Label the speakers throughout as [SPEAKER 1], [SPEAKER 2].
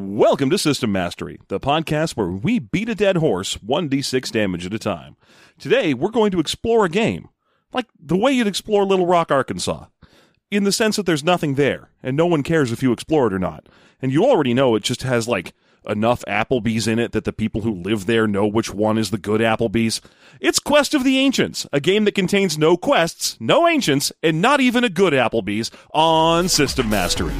[SPEAKER 1] Welcome to System Mastery, the podcast where we beat a dead horse 1d6 damage at a time. Today, we're going to explore a game, like the way you'd explore Little Rock, Arkansas, in the sense that there's nothing there, and no one cares if you explore it or not. And you already know it just has, like, enough Applebee's in it that the people who live there know which one is the good Applebee's. It's Quest of the Ancients, a game that contains no quests, no ancients, and not even a good Applebee's on System Mastery.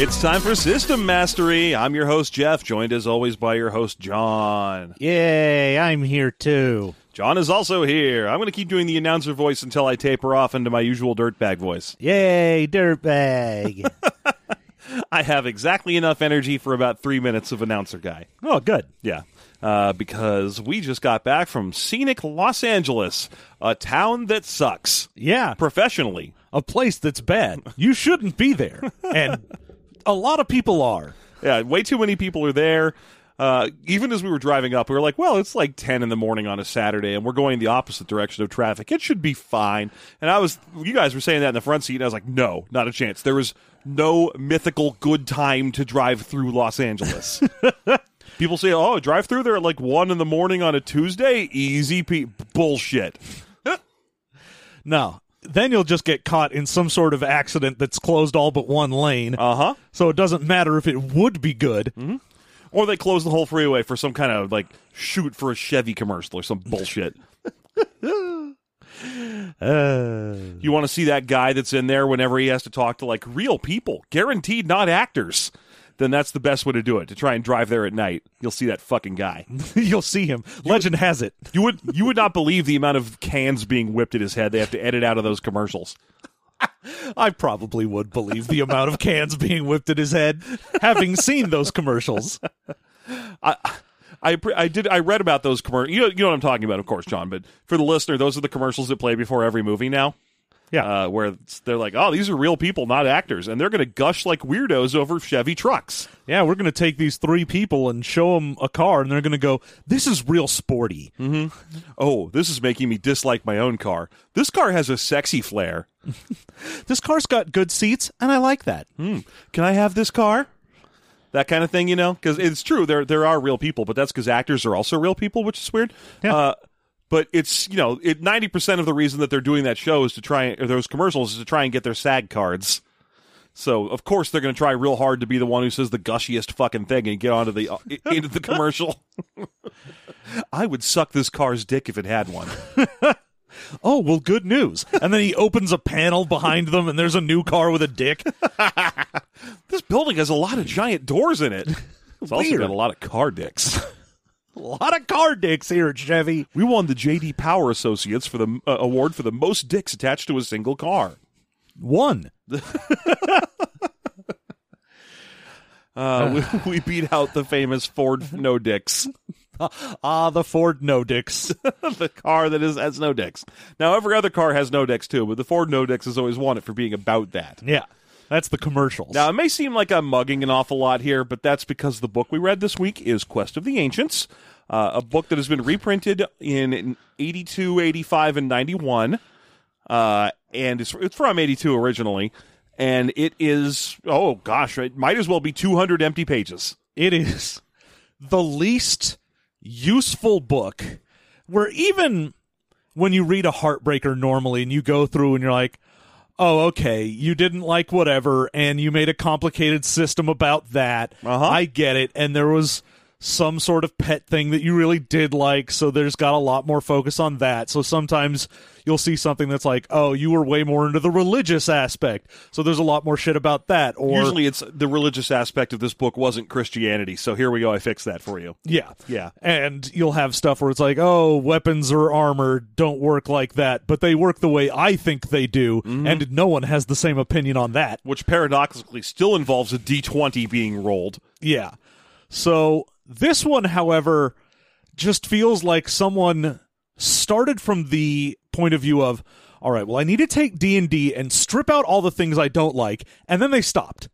[SPEAKER 1] It's time for System Mastery. I'm your host, Jeff, joined as always by your host, John.
[SPEAKER 2] Yay, I'm here too.
[SPEAKER 1] John is also here. I'm going to keep doing the announcer voice until I taper off into my usual dirtbag voice.
[SPEAKER 2] Yay, dirtbag.
[SPEAKER 1] I have exactly enough energy for about three minutes of announcer guy.
[SPEAKER 2] oh, good.
[SPEAKER 1] Yeah. Uh, because we just got back from scenic Los Angeles, a town that sucks
[SPEAKER 2] Yeah,
[SPEAKER 1] professionally.
[SPEAKER 2] a place that's bad. You shouldn't be there. And a lot of people are.
[SPEAKER 1] Yeah, way too many people are there. Uh, even as we were driving up, we were like, well, it's like 10 in the morning on a Saturday, and we're going the opposite direction of traffic. It should be fine. And I was, you guys were saying that in the front seat, and I was like, no, not a chance. There is no mythical good time to drive through Los Angeles. People say, oh, drive through there at like 1 in the morning on a Tuesday? Easy pe- bullshit.
[SPEAKER 3] No. Then you'll just get caught in some sort of accident that's closed all but one lane.
[SPEAKER 1] Uh huh.
[SPEAKER 3] so it doesn't matter if it would be good.
[SPEAKER 2] Hmm?
[SPEAKER 1] Or they close the whole freeway for some kind of like shoot for a Chevy commercial or some bullshit.
[SPEAKER 2] Uh,
[SPEAKER 1] You want to see that guy that's in there whenever he has to talk to like real people, guaranteed not actors. Then that's the best way to do it. To try and drive there at night, you'll see that fucking guy.
[SPEAKER 3] you'll see him. Legend has it.
[SPEAKER 1] You would you would not believe the amount of cans being whipped at his head. They have to edit out of those commercials.
[SPEAKER 3] I probably would believe the amount of cans being whipped at his head, having seen those commercials.
[SPEAKER 1] I pre- I did I read about those commercials. You know, you know what I'm talking about, of course, John. But for the listener, those are the commercials that play before every movie now.
[SPEAKER 3] Yeah.
[SPEAKER 1] uh, where it's- they're like, "Oh, these are real people, not actors," and they're going to gush like weirdos over Chevy trucks.
[SPEAKER 3] Yeah, we're going to take these three people and show them a car, and they're going to go, This is real sporty.
[SPEAKER 1] Oh, this is making me dislike my own car. This car has a sexy flair.
[SPEAKER 3] This car's got good seats, and I like that.
[SPEAKER 1] Can I have this car? That kind of thing, you know, because it's true there there are real people, but that's because actors are also real people, which is weird. Uh, but it's you know, it ninety percent of the reason that they're doing that show is to try or those commercials is to try and get their SAG cards. So of course they're going to try real hard to be the one who says the gushiest fucking thing and get onto the uh, into the commercial. I would suck this car's dick if it had one.
[SPEAKER 3] Oh, well, good news. And then he opens a panel behind them, and there's a new car with a dick.
[SPEAKER 1] This building has a lot of giant doors in it. It's also
[SPEAKER 3] Weird.
[SPEAKER 1] got a lot of car dicks.
[SPEAKER 3] A lot of car dicks here at Chevy.
[SPEAKER 1] We won the JD Power Associates for the uh, award for the most dicks attached to a single car.
[SPEAKER 3] One.
[SPEAKER 1] Uh, we, we beat out the famous Ford No Dicks,
[SPEAKER 3] Ah, the Ford no dicks.
[SPEAKER 1] the car that is has no dicks. Now every other car has no dicks too, but the Ford No Dicks has always won it for being about that.
[SPEAKER 3] yeah, that's the commercials.
[SPEAKER 1] Now it may seem like I'm mugging an awful lot here, but that's because the book we read this week is Quest of the Ancients, uh, a book that has been reprinted in, in 82, 85, and 91. uh, and it's, it's from 82 originally and it is oh gosh it might as well be 200 empty pages
[SPEAKER 3] it is the least useful book where even when you read a heartbreaker normally and you go through and you're like, oh, okay, you didn't like whatever and you made a complicated system about that.
[SPEAKER 1] Uh-huh.
[SPEAKER 3] I get it. And there was some sort of pet thing that you really did like. So there's got a lot more focus on that. So sometimes you'll see something that's like, oh, you were way more into the religious aspect. So there's a lot more shit about that. Or
[SPEAKER 1] usually it's the religious aspect of this book wasn't christianity so here we go i fixed that for you
[SPEAKER 3] Yeah.
[SPEAKER 1] Yeah.
[SPEAKER 3] And you'll have stuff where it's like, oh, weapons or armor don't work like that, but they work the way I think they do, and no one has the same opinion on that.
[SPEAKER 1] which paradoxically still involves a d20 being rolled
[SPEAKER 3] Yeah. So this one, however, just feels like someone started from the point of view of, all right, well, I need to take D and D and strip out all the things I don't like, and then they stopped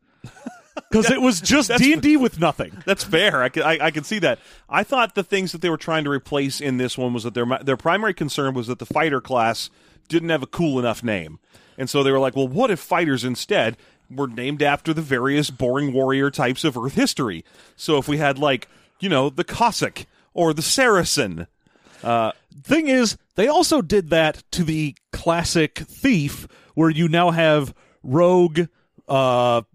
[SPEAKER 3] because it was just D and D with nothing.
[SPEAKER 1] That's fair. I can, I, I can see that. I thought the things that they were trying to replace in this one was that their mi- their primary concern was that the fighter class didn't have a cool enough name, and so they were like, "Well, what if fighters instead were named after the various boring warrior types of Earth history? So if we had like you know the Cossack or the Saracen,
[SPEAKER 3] Thing is, they also did that to the classic thief, where you now have rogue, uh,
[SPEAKER 1] cut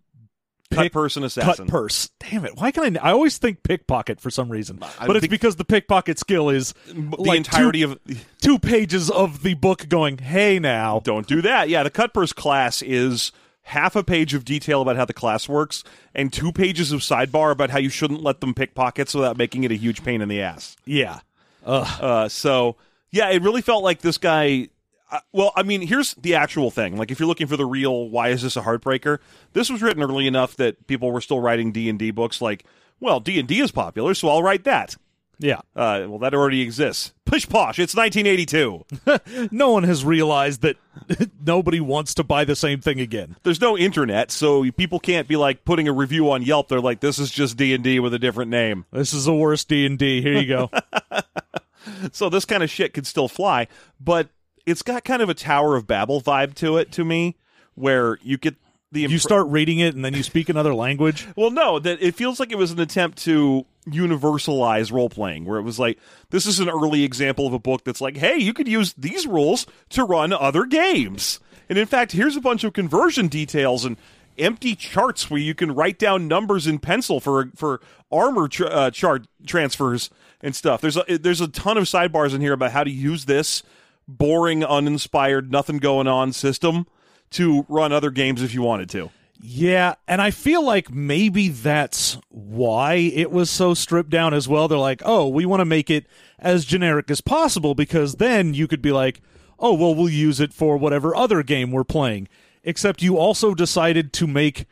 [SPEAKER 3] Pick-
[SPEAKER 1] person assassin,
[SPEAKER 3] cut purse. Damn it! Why can I? I always think pickpocket for some reason, but it's
[SPEAKER 1] think-
[SPEAKER 3] because the pickpocket skill is
[SPEAKER 1] the
[SPEAKER 3] like
[SPEAKER 1] entirety
[SPEAKER 3] two,
[SPEAKER 1] of
[SPEAKER 3] two pages of the book going, "Hey, now."
[SPEAKER 1] Don't do that. Yeah, the cut purse class is half a page of detail about how the class works and two pages of sidebar about how you shouldn't let them pick pockets without making it a huge pain in the ass.
[SPEAKER 3] Yeah,
[SPEAKER 1] Uh, so yeah, it really felt like this guy. Uh, well, I mean, here's the actual thing. Like, if you're looking for the real, why is this a heartbreaker? This was written early enough that people were still writing D and D books. Like, well, D and D is popular, so I'll write that.
[SPEAKER 3] yeah.
[SPEAKER 1] Uh, well, that already exists. Push posh. It's 1982.
[SPEAKER 3] No one has realized that nobody wants to buy the same thing again.
[SPEAKER 1] there's no internet, so people can't be like putting a review on Yelp. They're like, this is just D and D with a different name.
[SPEAKER 3] This is the worst D and D. Here you go.
[SPEAKER 1] So this kind of shit could still fly, but it's got kind of a Tower of Babel vibe to it to me, where you get the
[SPEAKER 3] you
[SPEAKER 1] impre-
[SPEAKER 3] start reading it, and then you speak another language.
[SPEAKER 1] Well, no, that it feels like it was an attempt to universalize role playing, where it was like, this is an early example of a book that's like, hey, you could use these rules to run other games. And in fact, here's a bunch of conversion details and empty charts where you can write down numbers in pencil for for armor tr uh, chart transfers and stuff. There's a, there's a ton of sidebars in here about how to use this boring, uninspired, nothing going on system to run other games if you wanted to.
[SPEAKER 3] Yeah, and I feel like maybe that's why it was so stripped down as well. They're like, oh, we want to make it as generic as possible because then you could be like, oh, well, we'll use it for whatever other game we're playing. Except you also decided to make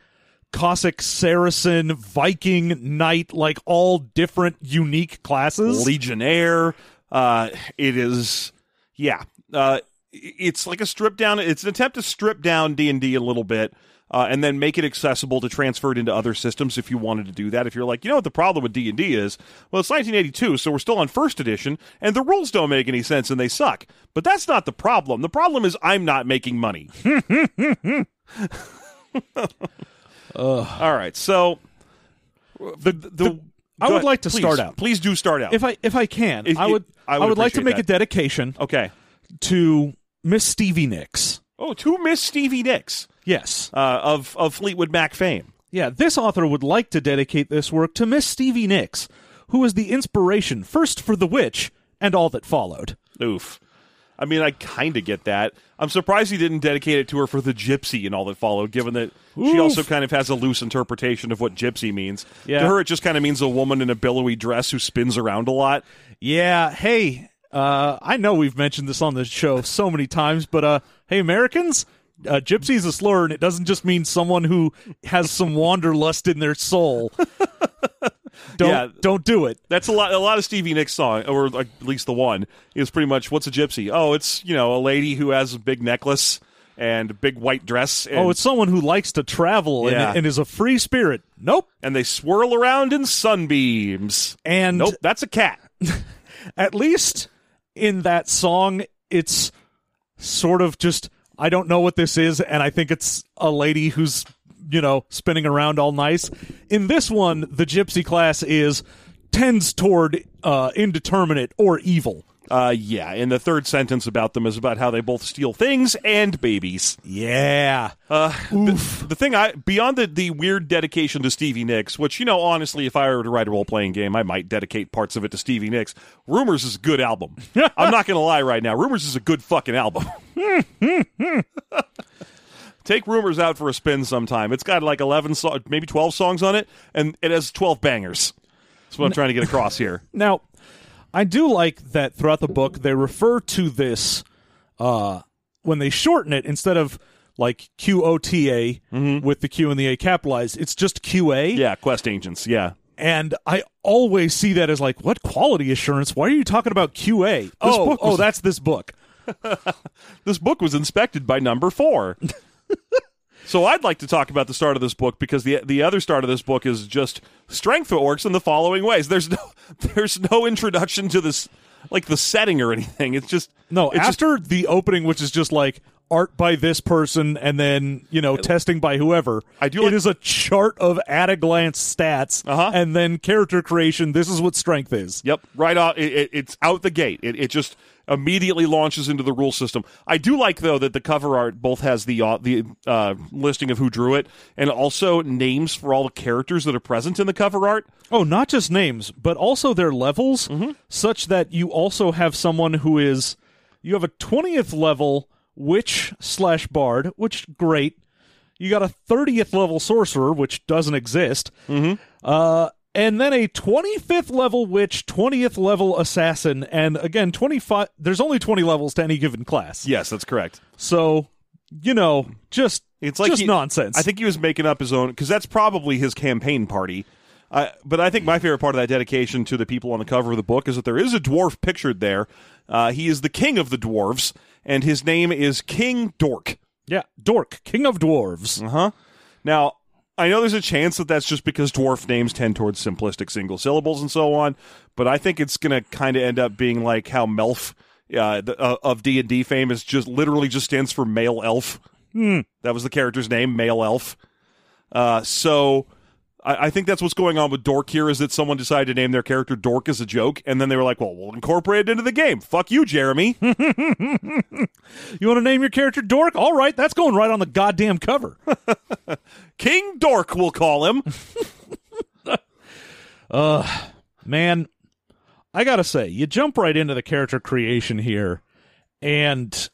[SPEAKER 3] Cossack, Saracen, Viking, Knight, like all different unique classes.
[SPEAKER 1] Legionnaire. Uh, it is, yeah. Uh, it's like a strip down. It's an attempt to strip down D and D a little bit, uh, and then make it accessible to transfer it into other systems if you wanted to do that. If you're like, you know what the problem with D and D is? Well, it's 1982, so we're still on first edition, and the rules don't make any sense and they suck. But that's not the problem. The problem is I'm not making money. All right, so the the.
[SPEAKER 3] I
[SPEAKER 1] go
[SPEAKER 3] would
[SPEAKER 1] ahead.
[SPEAKER 3] like to
[SPEAKER 1] Please,
[SPEAKER 3] start out.
[SPEAKER 1] Please do start out.
[SPEAKER 3] if I if I can,
[SPEAKER 1] If
[SPEAKER 3] I
[SPEAKER 1] you-
[SPEAKER 3] would
[SPEAKER 1] I
[SPEAKER 3] I
[SPEAKER 1] would
[SPEAKER 3] would, like to
[SPEAKER 1] appreciate
[SPEAKER 3] make a dedication
[SPEAKER 1] okay.
[SPEAKER 3] to Miss Stevie Nicks.
[SPEAKER 1] Oh, to Miss Stevie Nicks
[SPEAKER 3] Yes.
[SPEAKER 1] uh, of of Fleetwood Mac fame.
[SPEAKER 3] Yeah, this author would like to dedicate this work to Miss Stevie Nicks, who was the inspiration first for The Witch and all that followed.
[SPEAKER 1] Oof. I mean, I kind of get that. I'm surprised he didn't dedicate it to her for the gypsy and all that followed, given that she
[SPEAKER 3] Oof.
[SPEAKER 1] also kind of has a loose interpretation of what gypsy means.
[SPEAKER 3] Yeah.
[SPEAKER 1] To her, it just kind of means a woman in a billowy dress who spins around a lot.
[SPEAKER 3] Yeah, hey, uh, I know we've mentioned this on the show so many times, but uh, hey, Americans, uh, gypsy is a slur, and it doesn't just mean someone who has some wanderlust in their soul. don't
[SPEAKER 1] Yeah.
[SPEAKER 3] don't do it.
[SPEAKER 1] That's a lot. A lot of Stevie Nicks song, or like, at least the one, is pretty much what's a gypsy? Oh, it's you know a lady who has a big necklace and a big white dress. And,
[SPEAKER 3] Oh, it's someone who likes to travel
[SPEAKER 1] Yeah.
[SPEAKER 3] and, and is a free spirit. Nope.
[SPEAKER 1] and they swirl around in sunbeams.
[SPEAKER 3] And
[SPEAKER 1] Nope, that's a cat.
[SPEAKER 3] at least in that song, it's sort of just I don't know what this is, and I think it's a lady who's you know spinning around all nice. In this one, the gypsy class is tends toward uh, indeterminate or evil.
[SPEAKER 1] Uh, yeah, and the third sentence about them is about how they both steal things and babies.
[SPEAKER 3] Yeah,
[SPEAKER 1] Uh, Oof. The, thing I beyond the, the weird dedication to Stevie Nicks, which you know, honestly, if I were to write a role playing game, I might dedicate parts of it to Stevie Nicks. Rumors is a good album. I'm not gonna lie right now. Rumors is a good fucking album. Take rumors out for a spin sometime. It's got like 11, so- maybe 12 songs on it, and it has 12 bangers. That's what I'm trying to get across here.
[SPEAKER 3] Now, I do like that throughout the book they refer to this uh, when they shorten it instead of like QOTA with the Q and the A capitalized. It's just QA.
[SPEAKER 1] Yeah, Quest Agents. Yeah.
[SPEAKER 3] And I always see that as like, what quality assurance? Why are you talking about QA? This
[SPEAKER 1] Oh,
[SPEAKER 3] book
[SPEAKER 1] oh,
[SPEAKER 3] oh, that's this book.
[SPEAKER 1] this book was inspected by number four. so I'd like to talk about the start of this book because the the other start of this book is just strength that works in the following ways. There's no there's no introduction to this like the setting or anything. It's just
[SPEAKER 3] No,
[SPEAKER 1] it's just-
[SPEAKER 3] after the opening, which is just like art by this person and then you know testing by whoever
[SPEAKER 1] I do
[SPEAKER 3] it
[SPEAKER 1] like-
[SPEAKER 3] is a chart of at a glance stats
[SPEAKER 1] Uh-huh.
[SPEAKER 3] and then character creation this is what strength is
[SPEAKER 1] Yep, right off. It, it, it's out the gate. It, it just immediately launches into the rule system. I do like though that the cover art both has the au- the uh, listing of who drew it and also names for all the characters that are present in the cover art.
[SPEAKER 3] Oh, not just names, but also their levels,
[SPEAKER 1] Mm-hmm.
[SPEAKER 3] such that you also have someone who is you have a twentieth level witch slash bard, which great. You got a thirtieth level sorcerer, which doesn't exist, mm-hmm. uh, and then a twenty fifth level witch, twentieth level assassin, and again twenty five. There's only twenty levels to any given class,
[SPEAKER 1] Yes, that's correct.
[SPEAKER 3] so you know just
[SPEAKER 1] It's like
[SPEAKER 3] just
[SPEAKER 1] he-
[SPEAKER 3] nonsense.
[SPEAKER 1] I think he was making up his own because that's probably his campaign party. Uh, but I think my favorite part of that dedication to the people on the cover of the book is that there is a dwarf pictured there. Uh, he is the king of the dwarves, and his name is King Dork.
[SPEAKER 3] yeah, Dork, king of dwarves.
[SPEAKER 1] Now, I know there's a chance that that's just because dwarf names tend towards simplistic single syllables and so on, but I think it's going to kind of end up being like how Melf uh, the, uh, of D and D fame is just literally just stands for male elf. That was the character's name, male elf. Uh, so I, I think that's what's going on with Dork here is that someone decided to name their character Dork as a joke, and then they were like, "Well, we'll incorporate it into the game." Fuck you, Jeremy.
[SPEAKER 3] You want to name your character Dork? All right, that's going right on the goddamn cover.
[SPEAKER 1] King Dork, we'll call him.
[SPEAKER 3] Man, I got to say, you jump right into the character creation here, and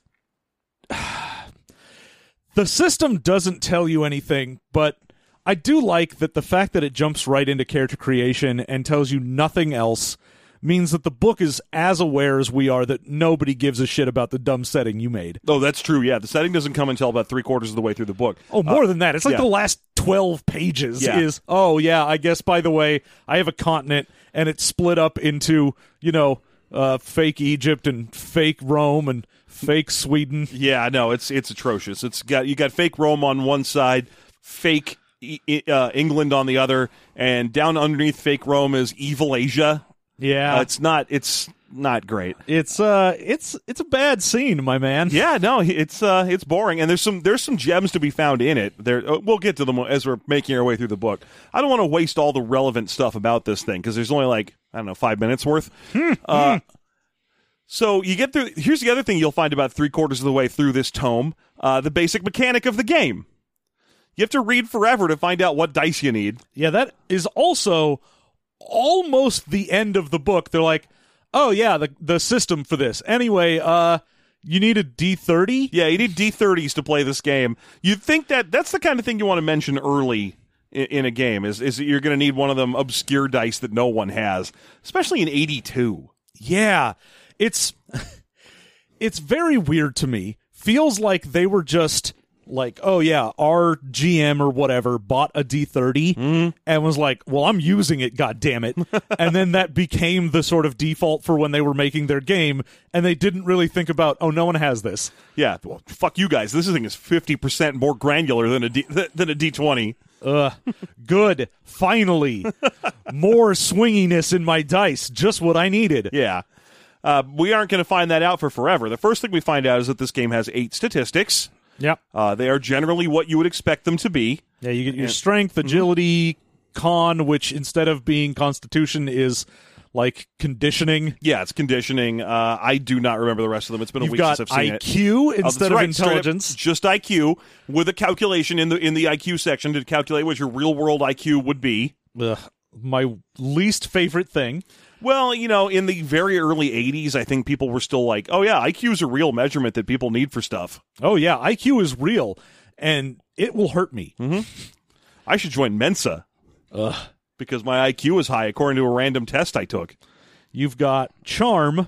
[SPEAKER 3] the system doesn't tell you anything, but I do like that the fact that it jumps right into character creation and tells you nothing else means that the book is as aware as we are that nobody gives a shit about the dumb setting you made.
[SPEAKER 1] oh, that's true. Yeah, the setting doesn't come until about three quarters of the way through the book.
[SPEAKER 3] Oh, more than that. It's like
[SPEAKER 1] Uh, yeah.
[SPEAKER 3] the last 12 pages
[SPEAKER 1] Yeah.
[SPEAKER 3] is, oh, yeah, I guess, by the way, I have a continent and it's split up into, you know, uh, fake Egypt and fake Rome and fake Sweden.
[SPEAKER 1] Yeah, no, it's it's atrocious. It's got you got fake Rome on one side, fake E- E- uh, England on the other, and down underneath fake Rome is evil Asia.
[SPEAKER 3] Yeah.
[SPEAKER 1] Uh, it's not it's not great.
[SPEAKER 3] it's uh it's it's a bad scene, my man.
[SPEAKER 1] Yeah, no, he- it's uh, it's boring, and there's some there's some gems to be found in it. There, uh, we'll get to them as we're making our way through the book. I don't want to waste all the relevant stuff about this thing because there's only like I don't know five minutes worth. Uh, so you get through. Here's the other thing you'll find about three quarters of the way through this tome: uh, the basic mechanic of the game. You have to read forever to find out what dice you need.
[SPEAKER 3] Yeah, that is also almost the end of the book. They're like, "Oh yeah, the the system for this." Anyway, uh you need a D30?
[SPEAKER 1] Yeah, you need D30s to play this game. You'd think that that's the kind of thing you want to mention early in, in a game is is that you're going to need one of them obscure dice that no one has, especially in 82.
[SPEAKER 3] Yeah. It's it's very weird to me. Feels like they were just like, oh yeah, our GM or whatever bought a D30 and was like, well, I'm using it, god damn it. and then that became the sort of default for when they were making their game and they didn't really think about, oh, no one has this.
[SPEAKER 1] Yeah, well, fuck you guys. This thing is 50% more granular than a D, than a D20.
[SPEAKER 3] Ugh. Good. Finally. More swinginess in my dice. Just what I needed.
[SPEAKER 1] Yeah. Uh, we aren't going to find that out for forever. The first thing we find out is that this game has eight statistics.
[SPEAKER 3] Yep.
[SPEAKER 1] Uh, they are generally what you would expect them to be.
[SPEAKER 3] Yeah, you get your strength,
[SPEAKER 1] Mm-hmm.
[SPEAKER 3] agility, con, which instead of being constitution is like conditioning.
[SPEAKER 1] Yeah, it's conditioning. Uh, I do not remember the rest of them. It's been a
[SPEAKER 3] You've
[SPEAKER 1] week
[SPEAKER 3] got
[SPEAKER 1] since I've seen it.
[SPEAKER 3] IQ
[SPEAKER 1] Oh, that's
[SPEAKER 3] instead of
[SPEAKER 1] right, straight up
[SPEAKER 3] intelligence.
[SPEAKER 1] just IQ with a calculation in the in the IQ section to calculate what your real world IQ would be.
[SPEAKER 3] Ugh, my least favorite thing.
[SPEAKER 1] Well, you know, in the very early 80s, I think people were still like, "Oh yeah, IQ is a real measurement that people need for stuff.
[SPEAKER 3] Oh yeah, IQ is real, and it will hurt me.
[SPEAKER 1] Mm-hmm. I should join Mensa." Because my IQ is high according to a random test I took.
[SPEAKER 3] You've got charm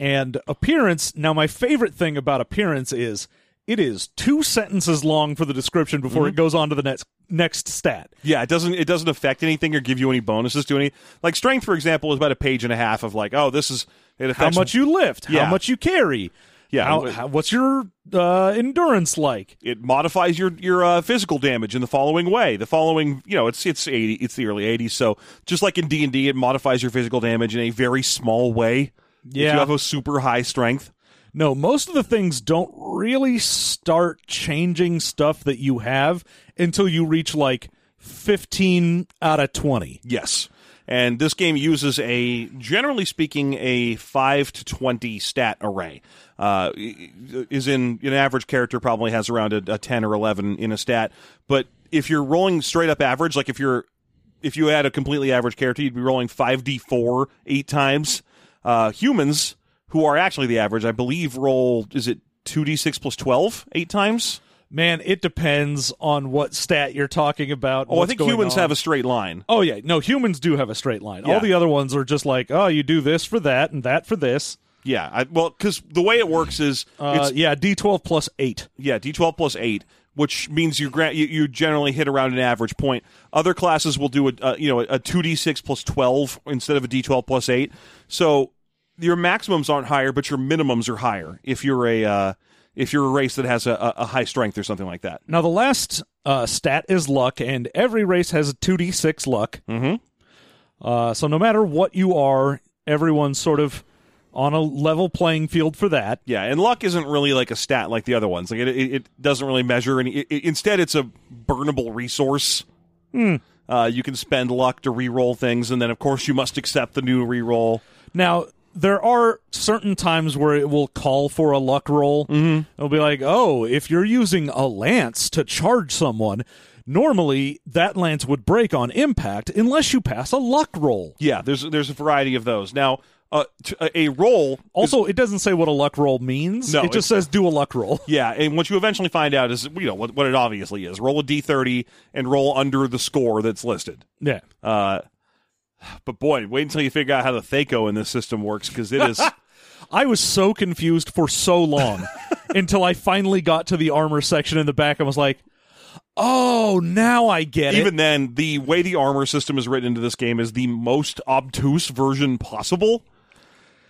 [SPEAKER 3] and appearance. Now, my favorite thing about appearance is it is two sentences long for the description before
[SPEAKER 1] Mm-hmm.
[SPEAKER 3] it goes on to the next next stat.
[SPEAKER 1] Yeah, it doesn't it doesn't affect anything or give you any bonuses to any like strength for example is about a page and a half of like, "Oh, this is it
[SPEAKER 3] how
[SPEAKER 1] affects
[SPEAKER 3] much you lift,
[SPEAKER 1] Yeah.
[SPEAKER 3] how much you carry.
[SPEAKER 1] Yeah,
[SPEAKER 3] How,
[SPEAKER 1] it-
[SPEAKER 3] how, what's your uh, endurance like?
[SPEAKER 1] it modifies your your uh, physical damage in the following way. The following, you know, it's it's eighty, it's the early eighties, so just like in D anD D, it modifies your physical damage in a very small way. if
[SPEAKER 3] Yeah.
[SPEAKER 1] you have a super high strength.
[SPEAKER 3] No, most of the things don't really start changing stuff that you have until you reach like 15 out of 20.
[SPEAKER 1] Yes. And this game uses a, generally speaking, a 5 to 20 stat array. Uh, is in an average character probably has around a, a 10 or 11 in a stat. But if you're rolling straight up average, like if you're, if you had a completely average character, you'd be rolling 5d4 eight times. Uh, humans, who are actually the average, I believe roll, is it 2d6 plus 12 eight times?
[SPEAKER 3] Man, it depends on what stat you're talking about.
[SPEAKER 1] Oh, I think humans have a straight line.
[SPEAKER 3] Oh yeah, no, humans do have a straight line.
[SPEAKER 1] Yeah.
[SPEAKER 3] All the other ones are just like, oh, you do this for that and that for this.
[SPEAKER 1] Yeah. I, well, because the way it works is
[SPEAKER 3] Uh,
[SPEAKER 1] it's
[SPEAKER 3] yeah, D12 plus 8.
[SPEAKER 1] Yeah, D12 plus eight, which means you grant you, you generally hit around an average point. Other classes will do a, a you know a two D6 plus twelve instead of a D12 plus eight. So your maximums aren't higher, but your minimums are higher if you're a uh, if you're a race that has a, a a high strength or something like that.
[SPEAKER 3] Now, the last uh, stat is luck, and every race has a 2d6 luck. Mm-hmm. Uh, so, no matter what you are, everyone's sort of on a level playing field for that.
[SPEAKER 1] Yeah, and luck isn't really like a stat like the other ones. Like it, it, it doesn't really measure any. It, it- instead, it's a burnable resource. Uh, you can spend luck to re-roll things, and then of course you must accept the new re-roll.
[SPEAKER 3] Now, there are certain times where it will call for a luck roll. Mm-hmm. It'll be like, oh, if you're using a lance to charge someone, normally that lance would break on impact unless you pass a luck roll.
[SPEAKER 1] Yeah, there's there's a variety of those. Now, uh, t- a a roll.
[SPEAKER 3] Also, it doesn't say what a luck roll means.
[SPEAKER 1] No,
[SPEAKER 3] it
[SPEAKER 1] it's-
[SPEAKER 3] just says do a luck roll.
[SPEAKER 1] Yeah, and what you eventually find out is you know what, what it obviously is. Roll a d30 and roll under the score that's listed.
[SPEAKER 3] Yeah.
[SPEAKER 1] Uh, but boy, wait until you figure out how the Thaco in this system works because it is.
[SPEAKER 3] I was so confused for so long until I finally got to the armor section in the back and was like, oh, now I get it.
[SPEAKER 1] even then, the way the armor system is written into this game is the most obtuse version possible.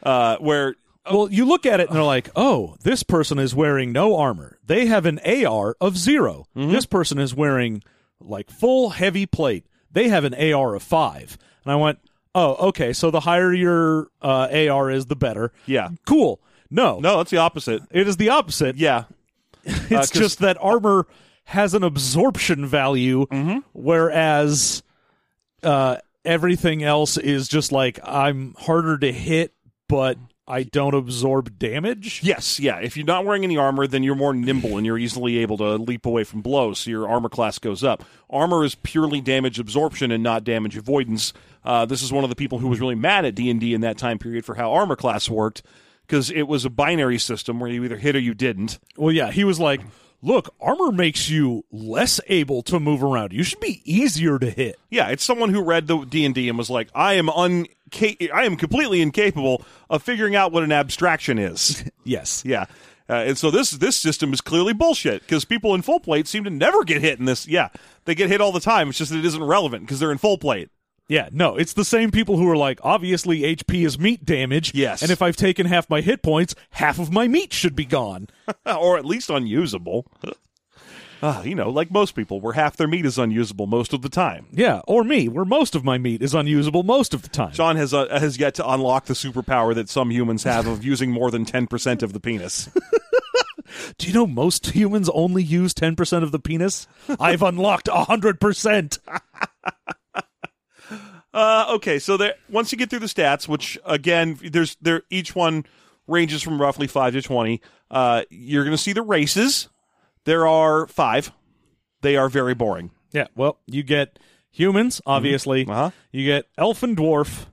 [SPEAKER 1] Uh, where
[SPEAKER 3] Well, you look at it and they're like, oh, this person is wearing no armor. They have an AR of 0
[SPEAKER 1] Mm-hmm.
[SPEAKER 3] This person is wearing like full heavy plate. They have an AR of five. And I went, oh, okay. So the higher your uh, AR is, the better.
[SPEAKER 1] Yeah.
[SPEAKER 3] Cool. No,
[SPEAKER 1] no, that's the opposite.
[SPEAKER 3] it is the opposite.
[SPEAKER 1] Yeah,
[SPEAKER 3] It's
[SPEAKER 1] Uh, 'cause-
[SPEAKER 3] just that armor has an absorption value,
[SPEAKER 1] Mm-hmm.
[SPEAKER 3] whereas uh, everything else is just like I'm harder to hit, but I don't absorb damage.
[SPEAKER 1] Yes, yeah. If you're not wearing any armor, then you're more nimble and you're easily able to leap away from blows, so your armor class goes up. Armor is purely damage absorption and not damage avoidance. Uh, this is one of the people who was really mad at D&D in that time period for how armor class worked, because it was a binary system where you either hit or you didn't.
[SPEAKER 3] Well, yeah, he was like, "Look, armor makes you less able to move around. You should be easier to hit."
[SPEAKER 1] Yeah, it's someone who read the D&D and was like, I am, un- I am completely incapable of figuring out what an abstraction is.
[SPEAKER 3] Yes.
[SPEAKER 1] Yeah. Uh, and so this this system is clearly bullshit because people in full plate seem to never get hit in this. Yeah, they get hit all the time. It's just that it isn't relevant because they're in full plate.
[SPEAKER 3] Yeah, no, it's the same people who are like, obviously HP is meat damage.
[SPEAKER 1] Yes.
[SPEAKER 3] And if I've taken half my hit points, half of my meat should be gone.
[SPEAKER 1] or at least unusable. Ah, you know, like most people, where half their meat is unusable most of the time.
[SPEAKER 3] Yeah, or me, where most of my meat is unusable most of the time.
[SPEAKER 1] John has uh, has yet to unlock the superpower that some humans have of using more than ten percent of the penis.
[SPEAKER 3] Do you know most humans only use 10% of the penis? I've unlocked 100%.
[SPEAKER 1] Uh, okay, so there. Once you get through the stats, which again, there's there each one ranges from roughly five to twenty. Uh, you're going to see the races. There are five. They are very boring.
[SPEAKER 3] Yeah, well, you get humans, obviously.
[SPEAKER 1] Uh-huh.
[SPEAKER 3] You get elf and dwarf.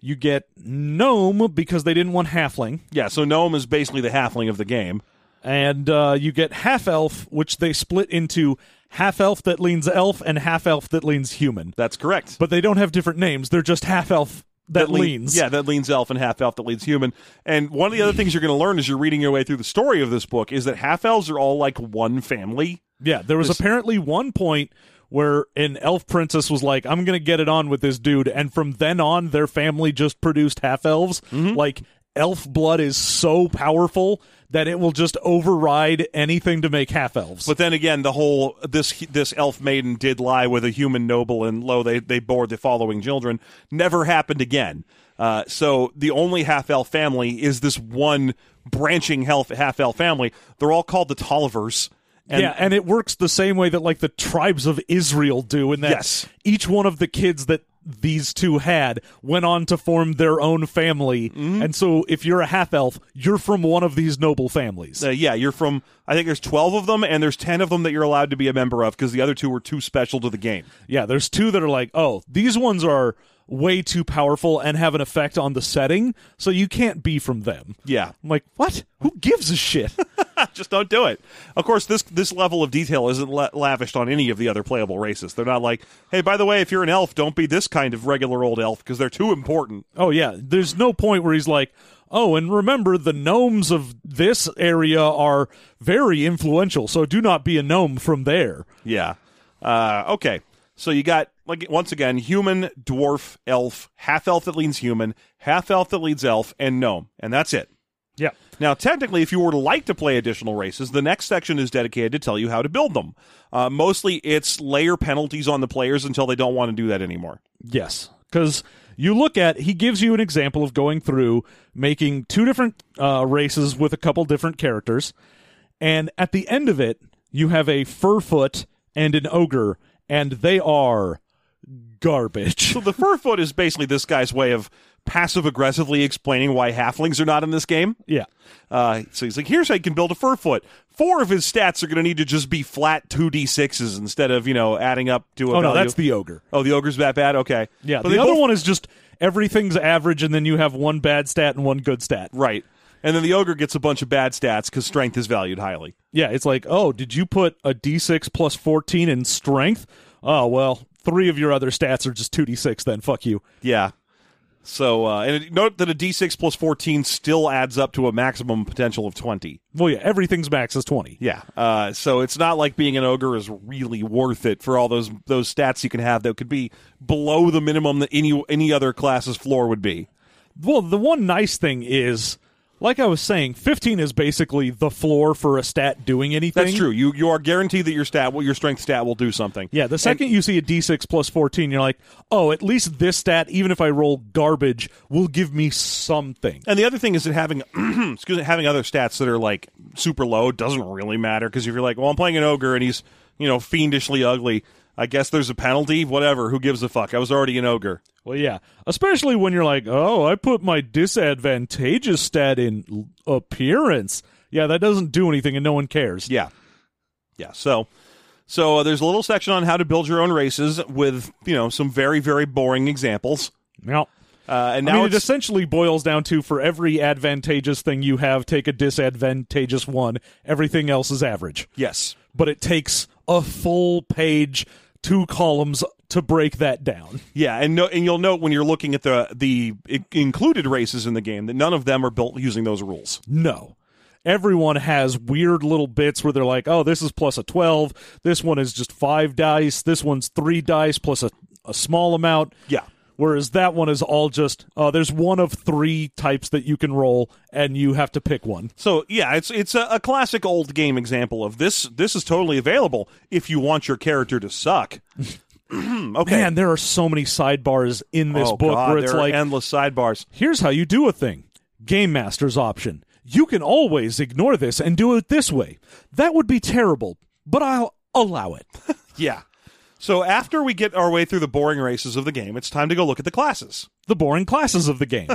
[SPEAKER 3] You get gnome because they didn't want halfling.
[SPEAKER 1] Yeah, so gnome is basically the halfling of the game.
[SPEAKER 3] And uh, you get half elf, which they split into half elf that leans elf and half elf that leans human.
[SPEAKER 1] That's correct.
[SPEAKER 3] But they don't have different names, they're just half elf that,
[SPEAKER 1] lean-
[SPEAKER 3] leans.
[SPEAKER 1] Yeah, that leans elf and half elf that leans human. And one of the other things you're going to learn as you're reading your way through the story of this book is that half elves are all like one family.
[SPEAKER 3] Yeah, there was apparently one point where an elf princess was like, "I'm gonna get it on with this dude," and from then on,
[SPEAKER 1] Mm-hmm.
[SPEAKER 3] their family just produced half elves. Like elf blood is so powerful that it will just override anything to make half elves.
[SPEAKER 1] But then again, the whole this this elf maiden did lie with a human noble, and lo, they they bore the following children. Never happened again. Uh, so the only half elf family is this one branching half half elf family. They're all called the Tollivers. And
[SPEAKER 3] yeah, and it works the same way that like the tribes of Israel do, in that
[SPEAKER 1] Yes.
[SPEAKER 3] each one of the kids that these two had went on to form their own family.
[SPEAKER 1] Mm-hmm.
[SPEAKER 3] And so if you're a half elf, you're from one of these noble families.
[SPEAKER 1] uh, yeah, you're from. I think there's twelve of them, and there's ten of them that you're allowed to be a member of because the other two were too special to the game.
[SPEAKER 3] Yeah, there's two that are like, oh, these ones are way too powerful and have an effect on the setting, so you can't be from them.
[SPEAKER 1] Yeah.
[SPEAKER 3] I'm like, what? Who gives a shit?
[SPEAKER 1] just don't do it. Of course, this this level of detail isn't la- lavished on any of the other playable races. They're not like, hey, by the way, if you're an elf, don't be this kind of regular old elf because they're too important.
[SPEAKER 3] oh yeah, there's no point where he's like, oh, and remember the gnomes of this area are very influential, so do not be a gnome from there.
[SPEAKER 1] Yeah. Uh, okay. So you got like once again human, dwarf, elf, half elf that leans human, half elf that leans elf, and gnome, and that's it.
[SPEAKER 3] Yeah.
[SPEAKER 1] Now, technically, if you were to like to play additional races, the next section is dedicated to tell you how to build them. Uh, mostly, it's layer penalties on the players until they don't want to do that anymore.
[SPEAKER 3] Yes, because you look at he gives you an example of going through making two different uh, races with a couple different characters, and at the end of it, you have a furfoot and an ogre, and they are garbage.
[SPEAKER 1] So the furfoot is basically this guy's way of passive aggressively explaining why halflings are not in this game.
[SPEAKER 3] yeah,
[SPEAKER 1] Uh, so he's like, here's how you can build a furfoot. Four of his stats are going to need to just be flat two d sixes instead of you know adding up to a.
[SPEAKER 3] oh no,
[SPEAKER 1] value.
[SPEAKER 3] that's the ogre.
[SPEAKER 1] Oh, the ogre's that bad. Okay.
[SPEAKER 3] Yeah,
[SPEAKER 1] But
[SPEAKER 3] the
[SPEAKER 1] they
[SPEAKER 3] other
[SPEAKER 1] both-
[SPEAKER 3] one is just everything's average, and then you have one bad stat and one good stat.
[SPEAKER 1] Right. And then the ogre gets a bunch of bad stats because strength is valued highly.
[SPEAKER 3] Yeah, it's like, oh, did you put a d6 plus 14 in strength? Oh well, three of your other stats are just two d6. Then fuck you.
[SPEAKER 1] Yeah. So uh, and it, note that a d six plus fourteen still adds up to a maximum potential of twenty.
[SPEAKER 3] Well, yeah, everything's max is 20.
[SPEAKER 1] Yeah. Uh, so it's not like being an ogre is really worth it for all those those stats you can have that could be below the minimum that any any other class's floor would be.
[SPEAKER 3] Well, the one nice thing is, like I was saying, 15 is basically the floor for a stat doing anything.
[SPEAKER 1] That's true. You you are guaranteed that your stat, well, your strength stat, will do something.
[SPEAKER 3] Yeah, the second you see a d6 plus 14, you're like, oh, at least this stat, even if I roll garbage, will give me something.
[SPEAKER 1] And the other thing is that having excuse me, having other stats that are like super low doesn't really matter because if you're like, well, I'm playing an ogre and he's you know fiendishly ugly. I guess there's a penalty. Whatever. Who gives a fuck? I was already an ogre.
[SPEAKER 3] Well, yeah, especially when you're like, oh, I put my disadvantageous stat in l- appearance. Yeah, that doesn't do anything and no one cares.
[SPEAKER 1] Yeah, yeah. So, so uh, there's a little section on how to build your own races with you know some very very boring examples.
[SPEAKER 3] Now,
[SPEAKER 1] Uh, and
[SPEAKER 3] I
[SPEAKER 1] now
[SPEAKER 3] mean, it
[SPEAKER 1] it's,
[SPEAKER 3] essentially boils down to for every advantageous thing you have, take a disadvantageous one. Everything else is average.
[SPEAKER 1] yes,
[SPEAKER 3] But it takes a full page, two columns to break that down.
[SPEAKER 1] yeah, and no, and you'll note when you're looking at the the i- included races in the game that none of them are built using those rules.
[SPEAKER 3] No. Everyone has weird little bits where they're like, oh, this is plus a 12. This one is just five dice. This one's three dice plus a, a small amount.
[SPEAKER 1] Yeah.
[SPEAKER 3] Whereas that one is all just, uh, there's one of three types that you can roll, and you have to pick one.
[SPEAKER 1] So yeah, it's it's a, a classic old game example of this. This is totally available if you want your character to suck. okay.
[SPEAKER 3] Man, there are so many sidebars in this
[SPEAKER 1] Oh,
[SPEAKER 3] book
[SPEAKER 1] God,
[SPEAKER 3] where it's
[SPEAKER 1] there are
[SPEAKER 3] like,
[SPEAKER 1] endless sidebars.
[SPEAKER 3] here's how you do a thing Game Master's option. You can always ignore this and do it this way. That would be terrible, but I'll allow it.
[SPEAKER 1] Yeah. So after we get our way through the boring races of the game, it's time to go look at the classes.
[SPEAKER 3] The boring classes of the game.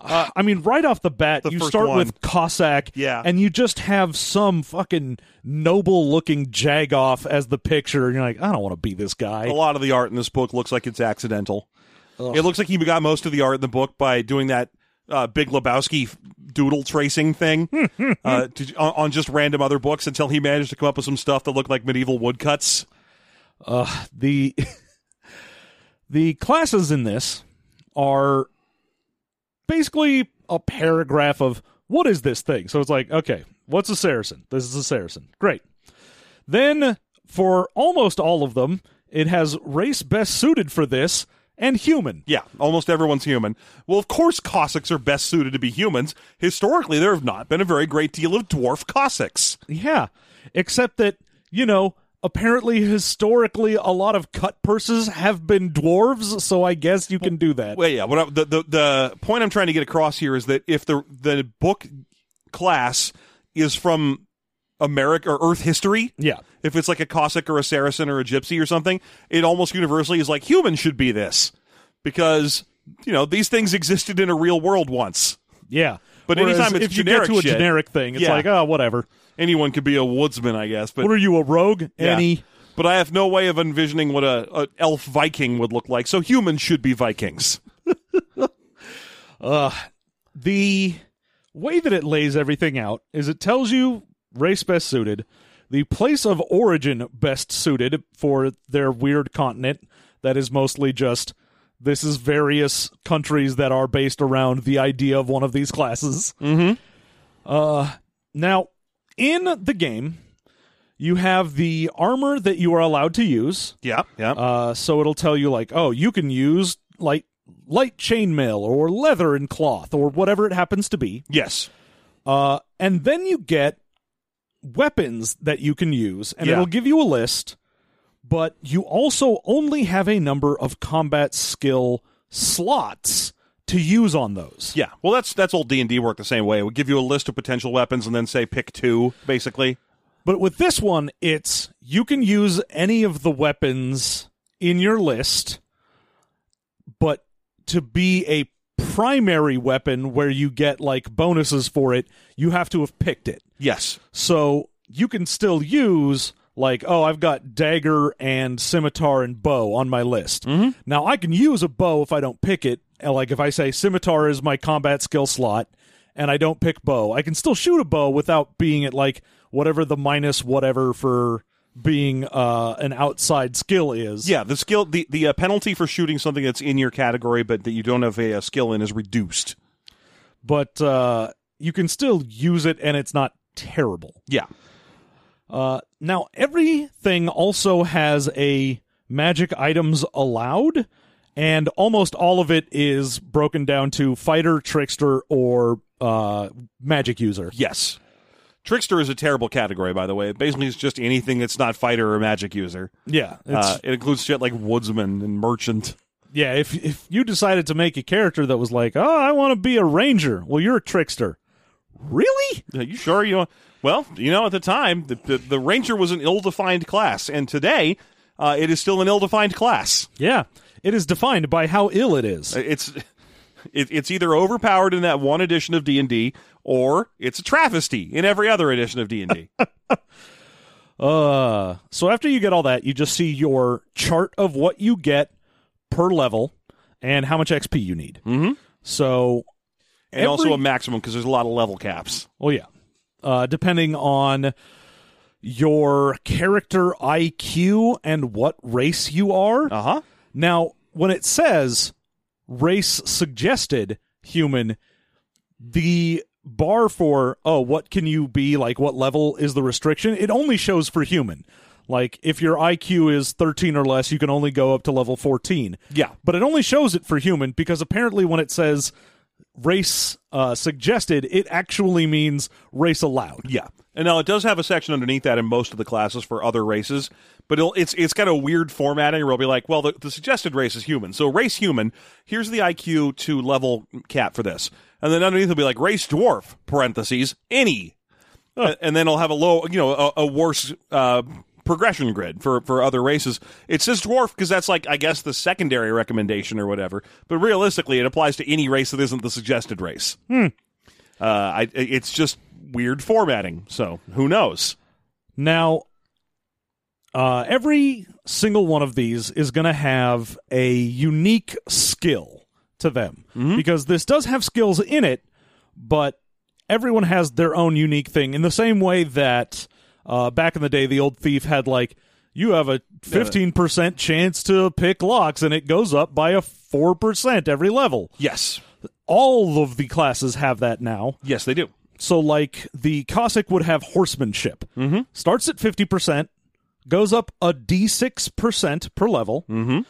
[SPEAKER 3] Uh, I mean, right off the bat,
[SPEAKER 1] the
[SPEAKER 3] you
[SPEAKER 1] first
[SPEAKER 3] start
[SPEAKER 1] one.
[SPEAKER 3] with Cossack,
[SPEAKER 1] Yeah.
[SPEAKER 3] and you just have some fucking noble looking jagoff as the picture, and you're like, I don't want to be this guy.
[SPEAKER 1] a lot of the art in this book looks like it's accidental. It looks like he got most of the art in the book by doing that uh, Big Lebowski f- doodle tracing thing uh, to, on, on just random other books until he managed to come up with some stuff that looked like medieval woodcuts.
[SPEAKER 3] the the classes in this are basically a paragraph of what is this thing so it's like okay what's a saracen this is a saracen great then for almost all of them it has race best suited for this and human.
[SPEAKER 1] Yeah, almost everyone's human. Well, of course, Cossacks are best suited to be humans. Historically, there have not been a very great deal of dwarf Cossacks.
[SPEAKER 3] Yeah. Except that, you know, apparently historically a lot of cut purses have been dwarves, so I guess you can do that.
[SPEAKER 1] Well, yeah. What I, the, the the point I'm trying to get across here is that if the the book class is from America or Earth history,
[SPEAKER 3] Yeah.
[SPEAKER 1] if it's like a Cossack or a Saracen or a Gypsy or something, it almost universally is like humans should be this because you know these things existed in a real world once.
[SPEAKER 3] Yeah.
[SPEAKER 1] But anytime it's
[SPEAKER 3] if you get
[SPEAKER 1] generic
[SPEAKER 3] to a
[SPEAKER 1] shit-
[SPEAKER 3] generic thing, it's
[SPEAKER 1] Yeah.
[SPEAKER 3] like, oh, whatever.
[SPEAKER 1] Anyone could be a woodsman, I guess, but
[SPEAKER 3] What are you, a rogue?
[SPEAKER 1] yeah.
[SPEAKER 3] Any?
[SPEAKER 1] But I have no way of envisioning what a, a elf Viking would look like, so humans should be Vikings.
[SPEAKER 3] Uh, the way that it lays everything out is it tells you race best suited, the place of origin best suited for their weird continent that is mostly just this is various countries that are based around the idea of one of these classes.
[SPEAKER 1] Mm-hmm.
[SPEAKER 3] Uh, now, in the game, you have the armor that you are allowed to use.
[SPEAKER 1] Yeah, yeah.
[SPEAKER 3] Uh, so it'll tell you like, oh, you can use like light chainmail or leather and cloth or whatever it happens to be.
[SPEAKER 1] yes.
[SPEAKER 3] Uh, and then you get weapons that you can use, and
[SPEAKER 1] Yeah.
[SPEAKER 3] it'll give you a list. But you also only have a number of combat skill slots to use on those.
[SPEAKER 1] Yeah, well, that's that's old D and D work the same way. It would give you a list of potential weapons and then say pick two, basically.
[SPEAKER 3] But with this one, it's you can use any of the weapons in your list, but to be a primary weapon where you get like bonuses for it, you have to have picked it.
[SPEAKER 1] Yes,
[SPEAKER 3] So you can still use like, oh, I've got dagger and scimitar and bow on my list. Now I can use a bow if I don't pick it. And, Like if I say scimitar is my combat skill slot and I don't pick bow, I can still shoot a bow without being at like whatever the minus whatever for being uh, an outside skill is.
[SPEAKER 1] yeah. The skill, the the uh, penalty for shooting something that's in your category but that you don't have a, uh skill in is reduced.
[SPEAKER 3] But uh, you can still use it and it's not terrible.
[SPEAKER 1] Yeah,
[SPEAKER 3] Uh, now, everything also has a magic items allowed, and almost all of it is broken down to fighter, trickster, or uh, magic user.
[SPEAKER 1] yes. Trickster is a terrible category, by the way. It basically is just anything that's not fighter or magic user.
[SPEAKER 3] Yeah, it's,
[SPEAKER 1] Uh, it includes shit like woodsman and merchant.
[SPEAKER 3] yeah. If if you decided to make a character that was like, oh, I want to be a ranger, well, you're a trickster. Really?
[SPEAKER 1] Are you sure you? Well, you know, at the time, the the, the ranger was an ill-defined class, and today, uh, it is still an ill-defined class.
[SPEAKER 3] Yeah. It is defined by how ill it is.
[SPEAKER 1] it's it, it's either overpowered in that one edition of D&D or it's a travesty in every other edition of D&D.
[SPEAKER 3] Uh, so after you get all that, you just see your chart of what you get per level and how much XP you need.
[SPEAKER 1] Mhm.
[SPEAKER 3] So,
[SPEAKER 1] and also
[SPEAKER 3] Every-
[SPEAKER 1] a maximum because there's a lot of level caps.
[SPEAKER 3] well, yeah, uh, depending on your character IQ and what race you are.
[SPEAKER 1] Uh-huh.
[SPEAKER 3] Now, when it says race suggested human, the bar for, oh, what can you be? Like, what level is the restriction? It only shows for human. Like, if your IQ is 13 or less, you can only go up to level 14.
[SPEAKER 1] Yeah.
[SPEAKER 3] But it only shows it for human because apparently when it says race uh, suggested, it actually means race allowed.
[SPEAKER 1] Yeah. And now it does have a section underneath that in most of the classes for other races, but it'll, it's it's got a weird formatting where it'll be like, well, the, the suggested race is human. So race human, here's the IQ to level cap for this. And then underneath it'll be like race dwarf, parentheses, any. A- And then it'll have a low, you know, a, a worse uh, progression grid for, for other races. It says dwarf because that's like, I guess, the secondary recommendation or whatever. But realistically, it applies to any race that isn't the suggested race. Uh, I, it's just weird formatting. So who knows?
[SPEAKER 3] Now, uh, every single one of these is going to have a unique skill to them because this does have skills in it, but everyone has their own unique thing in the same way that uh, back in the day, the old thief had like, you have a 15% chance to pick locks, and it goes up by a 4% every level.
[SPEAKER 1] Yes,
[SPEAKER 3] All of the classes have that now.
[SPEAKER 1] yes, they do.
[SPEAKER 3] So, like the Cossack would have horsemanship. Mm-hmm. Starts at fifty percent, goes up a d six percent per level, mm-hmm.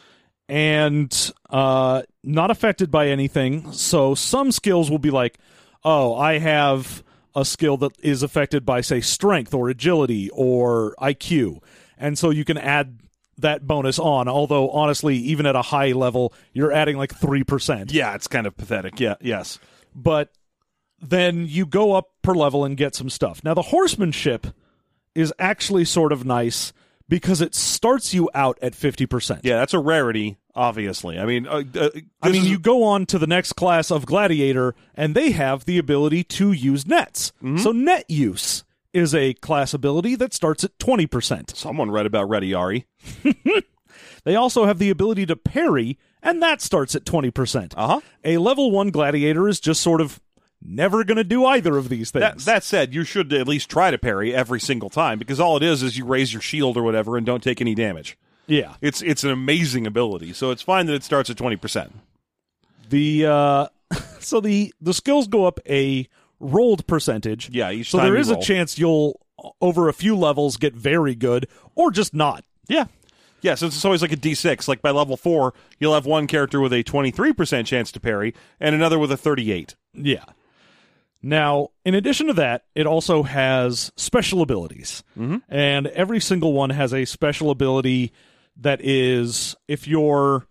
[SPEAKER 3] and uh, not affected by anything. So some skills will be like, oh, I have a skill that is affected by, say, strength or agility or IQ. And so you can add that bonus on. Although, honestly, even at a high level, you're adding like 3%.
[SPEAKER 1] Yeah, it's kind of pathetic. Yeah, yes.
[SPEAKER 3] But then you go up per level and get some stuff. Now, the horsemanship is actually sort of nice because it starts you out at 50%.
[SPEAKER 1] Yeah, that's a rarity, obviously. I mean, uh, uh,
[SPEAKER 3] I mean,
[SPEAKER 1] this is-
[SPEAKER 3] you go on to the next class of gladiator, and they have the ability to use nets.
[SPEAKER 1] Mm-hmm.
[SPEAKER 3] So net use is a class ability that starts at twenty percent.
[SPEAKER 1] someone read about Rediari.
[SPEAKER 3] They also have the ability to parry, and that starts at twenty percent.
[SPEAKER 1] Uh huh.
[SPEAKER 3] A level one gladiator is just sort of never going to do either of these
[SPEAKER 1] That,
[SPEAKER 3] things.
[SPEAKER 1] that said, you should at least try to parry every single time because all it is is you raise your shield or whatever and don't take any damage.
[SPEAKER 3] yeah,
[SPEAKER 1] It's it's an amazing ability, so it's fine that it starts at twenty percent.
[SPEAKER 3] the uh, so the the skills go up a rolled percentage.
[SPEAKER 1] Yeah, each
[SPEAKER 3] so
[SPEAKER 1] time
[SPEAKER 3] there
[SPEAKER 1] you
[SPEAKER 3] is
[SPEAKER 1] roll.
[SPEAKER 3] a chance you'll over a few levels get very good or just not.
[SPEAKER 1] Yeah. Yeah, so it's always like a D6. Like by level four, you'll have one character with a 23% chance to parry and another with a 38.
[SPEAKER 3] Yeah. Now, in addition to that, it also has special abilities. And every single one has a special ability that is if you're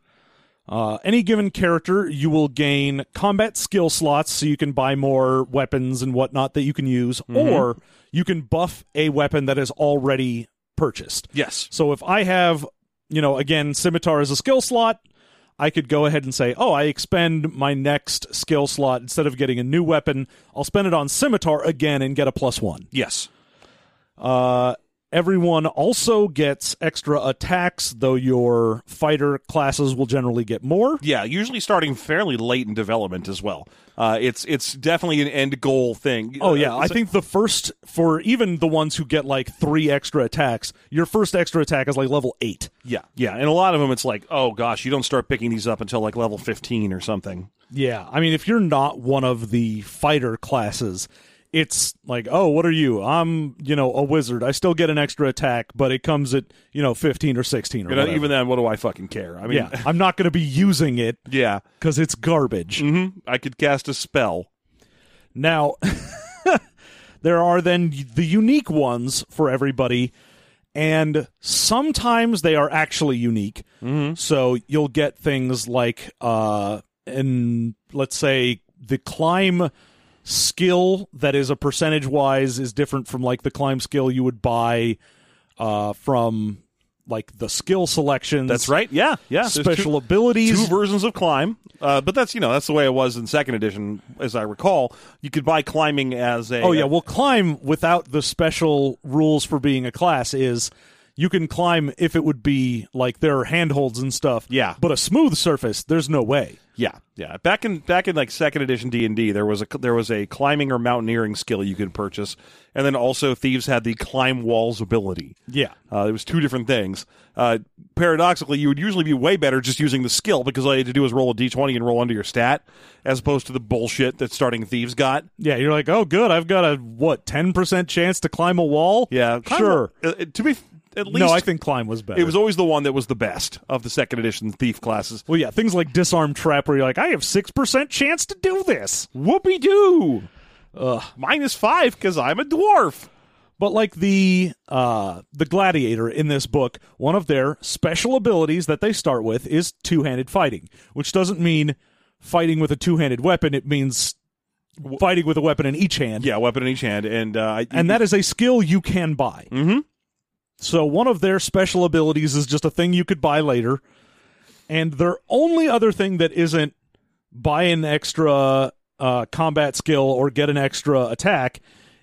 [SPEAKER 3] uh, any given character, you will gain combat skill slots so you can buy more weapons and whatnot that you can use, or you can buff a weapon that is already purchased.
[SPEAKER 1] Yes.
[SPEAKER 3] So if I have, you know, again, scimitar as a skill slot, I could go ahead and say, oh, I expend my next skill slot instead of getting a new weapon. I'll spend it on scimitar again and get a plus one.
[SPEAKER 1] Yes.
[SPEAKER 3] Uh, everyone also gets extra attacks, though your fighter classes will generally get more.
[SPEAKER 1] Yeah, usually starting fairly late in development as well. Uh, it's it's definitely an end goal thing.
[SPEAKER 3] Oh yeah,
[SPEAKER 1] Uh,
[SPEAKER 3] I
[SPEAKER 1] so-
[SPEAKER 3] think the first for even the ones who get like three extra attacks, your first extra attack is like level eight.
[SPEAKER 1] yeah, yeah, and a lot of them, it's like, oh gosh, you don't start picking these up until like level fifteen or something.
[SPEAKER 3] Yeah, I mean, if you're not one of the fighter classes, it's like, oh, what are you? I'm, you know, a wizard. I still get an extra attack, but it comes at, you know, 15 or 16 or
[SPEAKER 1] You know,
[SPEAKER 3] whatever.
[SPEAKER 1] even then, what do I fucking care? I mean,
[SPEAKER 3] yeah, I'm not going to be using it
[SPEAKER 1] yeah.
[SPEAKER 3] because it's garbage.
[SPEAKER 1] hmm I could cast a spell.
[SPEAKER 3] Now, there are then the unique ones for everybody, and sometimes they are actually unique.
[SPEAKER 1] Mm-hmm.
[SPEAKER 3] So you'll get things like, uh, and let's say the climb skill that is a percentage wise is different from like the climb skill you would buy uh, from like the skill selections.
[SPEAKER 1] That's right. Yeah, yeah. There's two-
[SPEAKER 3] Special abilities.
[SPEAKER 1] two versions of climb uh, but that's you know that's the way it was in second edition as i recall you could buy climbing as a
[SPEAKER 3] Oh yeah, well, climb without the special rules for being a class is you can climb if it would be like there are handholds and stuff.
[SPEAKER 1] Yeah.
[SPEAKER 3] but a smooth surface, there's no way.
[SPEAKER 1] yeah yeah back in back in like second edition d&d there was a there was a climbing or mountaineering skill you could purchase and then also thieves had the climb walls ability
[SPEAKER 3] Yeah,
[SPEAKER 1] uh, it was two different things uh, paradoxically you would usually be way better just using the skill because all you had to do was roll a d20 and roll under your stat as opposed to the bullshit that starting thieves got
[SPEAKER 3] yeah. You're like, oh, good, I've got a what ten percent chance to climb a wall.
[SPEAKER 1] yeah climb-
[SPEAKER 3] sure.
[SPEAKER 1] uh, uh, to be f- at least
[SPEAKER 3] No, I think climb was better.
[SPEAKER 1] It was always the one that was the best of the second edition thief classes.
[SPEAKER 3] well, yeah, things like disarm trap, where you're like, I have six percent chance to do this.
[SPEAKER 1] Whoopie doo! Minus five because I'm a dwarf.
[SPEAKER 3] But like the uh, the gladiator in this book, one of their special abilities that they start with is two-handed fighting, which doesn't mean fighting with a two-handed weapon. It means fighting with a weapon in each hand,
[SPEAKER 1] Yeah, weapon in each hand, and uh, I-
[SPEAKER 3] and that is a skill you can buy. Mm-hmm. So one of their special abilities is just a thing you could buy later, and their only other thing that isn't buy an extra uh, combat skill or get an extra attack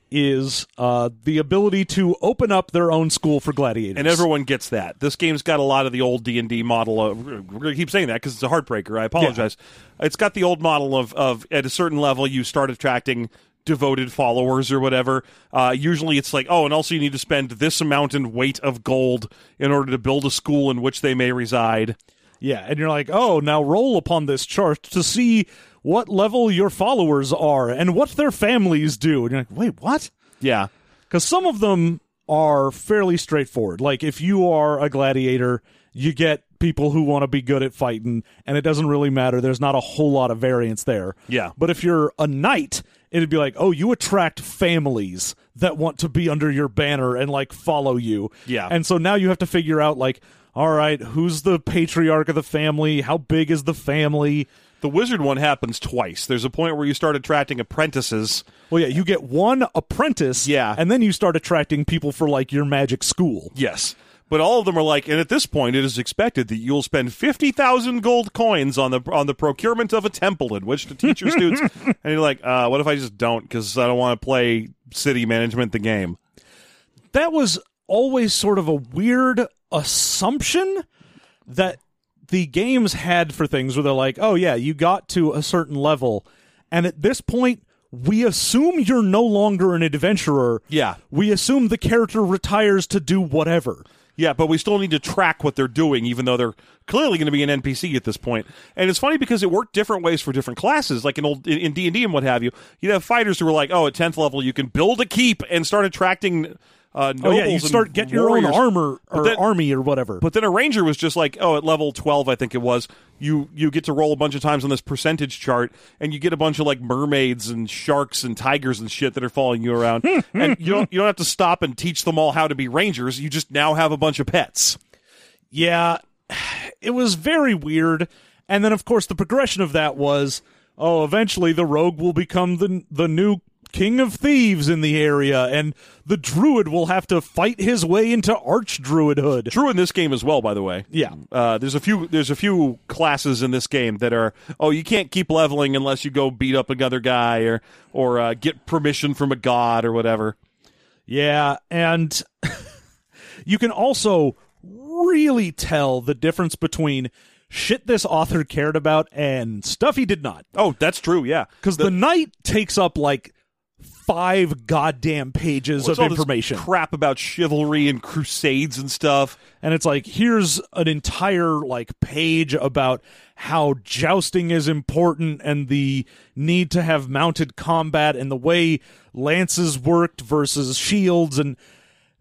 [SPEAKER 3] is uh, the ability to open up their own school for gladiators.
[SPEAKER 1] and everyone gets that. This game's got a lot of the old D and D model. Of, we're gonna keep saying that because it's a heartbreaker. I apologize. It's got the old model of of at a certain level you start attracting devoted followers or whatever. Uh, usually it's like oh, and also you need to spend this amount and weight of gold in order to build a school in which they may reside.
[SPEAKER 3] yeah, and you're like, oh, now roll upon this chart to see what level your followers are and what their families do. And you're like, wait, what?
[SPEAKER 1] Yeah.
[SPEAKER 3] because some of them are fairly straightforward. Like if you are a gladiator, you get people who want to be good at fighting, and it doesn't really matter. There's not a whole lot of variance there.
[SPEAKER 1] Yeah.
[SPEAKER 3] But if you're a knight, it'd be like, oh, you attract families that want to be under your banner and like follow you.
[SPEAKER 1] Yeah.
[SPEAKER 3] And so now you have to figure out like, all right, who's the patriarch of the family? How big is the family?
[SPEAKER 1] The wizard one happens twice. There's a point where you start attracting apprentices.
[SPEAKER 3] Well, yeah, you get one apprentice,
[SPEAKER 1] Yeah.
[SPEAKER 3] and then you start attracting people for like your magic school.
[SPEAKER 1] Yes. But all of them are like, and at this point, it is expected that you'll spend fifty thousand gold coins on the on the procurement of a temple in which to teach your students. And you're like, uh, what if I just don't because I don't want to play city management the game?
[SPEAKER 3] that was always sort of a weird assumption that the games had for things where they're like, oh, yeah, you got to a certain level. And at this point, we assume you're no longer an adventurer.
[SPEAKER 1] Yeah.
[SPEAKER 3] We assume the character retires to do whatever.
[SPEAKER 1] Yeah, but we still need to track what they're doing, even though they're clearly going to be an NPC at this point. And it's funny because it worked different ways for different classes, like in old in D and D and what have you. You'd have fighters who were like, "Oh, at tenth level, you can build a keep and start attracting uh, nobles."
[SPEAKER 3] Oh, yeah, you
[SPEAKER 1] and
[SPEAKER 3] start get your own
[SPEAKER 1] warriors."
[SPEAKER 3] armor or
[SPEAKER 1] that-
[SPEAKER 3] army or whatever.
[SPEAKER 1] But then a ranger was just like, "Oh, at level twelve, I think it was, you you get to roll a bunch of times on this percentage chart, and you get a bunch of like mermaids and sharks and tigers and shit that are following you around, and you don't you don't have to stop and teach them all how to be rangers. You just now have a bunch of pets."
[SPEAKER 3] yeah, it was very weird. And then, of course, the progression of that was, oh, eventually the rogue will become the the new king of thieves in the area, and the druid will have to fight his way into arch druidhood.
[SPEAKER 1] True in this game as well, by the way.
[SPEAKER 3] Yeah.
[SPEAKER 1] Uh, there's a few there's a few classes in this game that are oh you can't keep leveling unless you go beat up another guy or or uh, get permission from a god or whatever.
[SPEAKER 3] Yeah, and you can also really tell the difference between shit this author cared about and stuff he did not.
[SPEAKER 1] Oh, that's true. Yeah.
[SPEAKER 3] Because the, knight takes up like five goddamn pages
[SPEAKER 1] What's
[SPEAKER 3] of
[SPEAKER 1] all this
[SPEAKER 3] information.
[SPEAKER 1] crap about chivalry and crusades and stuff.
[SPEAKER 3] and it's like here's an entire like page about how jousting is important and the need to have mounted combat and the way lances worked versus shields and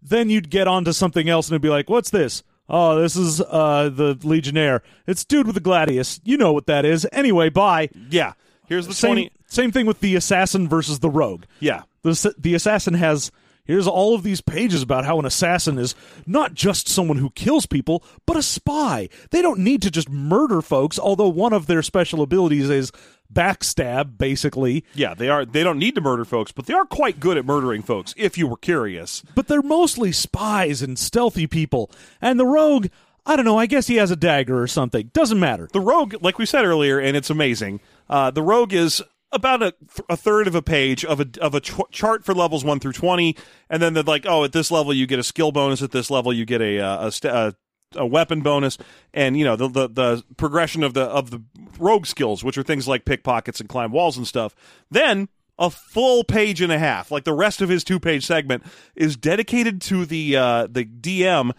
[SPEAKER 3] then you'd get onto something else and it'd be like what's this oh this is uh the legionnaire it's dude with the gladius you know what that is anyway bye
[SPEAKER 1] Yeah. Here's the
[SPEAKER 3] same,
[SPEAKER 1] twenty.
[SPEAKER 3] same thing with the assassin versus the rogue
[SPEAKER 1] Yeah.
[SPEAKER 3] the ass- the assassin has here's all of these pages about how an assassin is not just someone who kills people but a spy they don't need to just murder folks although one of their special abilities is backstab basically
[SPEAKER 1] Yeah, they are they don't need to murder folks, but they are quite good at murdering folks if you were curious.
[SPEAKER 3] but they're mostly spies and stealthy people and the rogue i don't know i guess he has a dagger or something doesn't matter
[SPEAKER 1] the rogue, like we said earlier, and it's amazing. Uh, the rogue is about a, th- a third of a page of a of a ch- chart for levels one through twenty, and then they're like, oh, at this level you get a skill bonus, at this level you get a uh, a, st- a a weapon bonus, and you know the, the the progression of the of the rogue skills, which are things like pickpockets and climb walls and stuff. Then a full page and a half, like the rest of his two page segment, is dedicated to the uh, the DM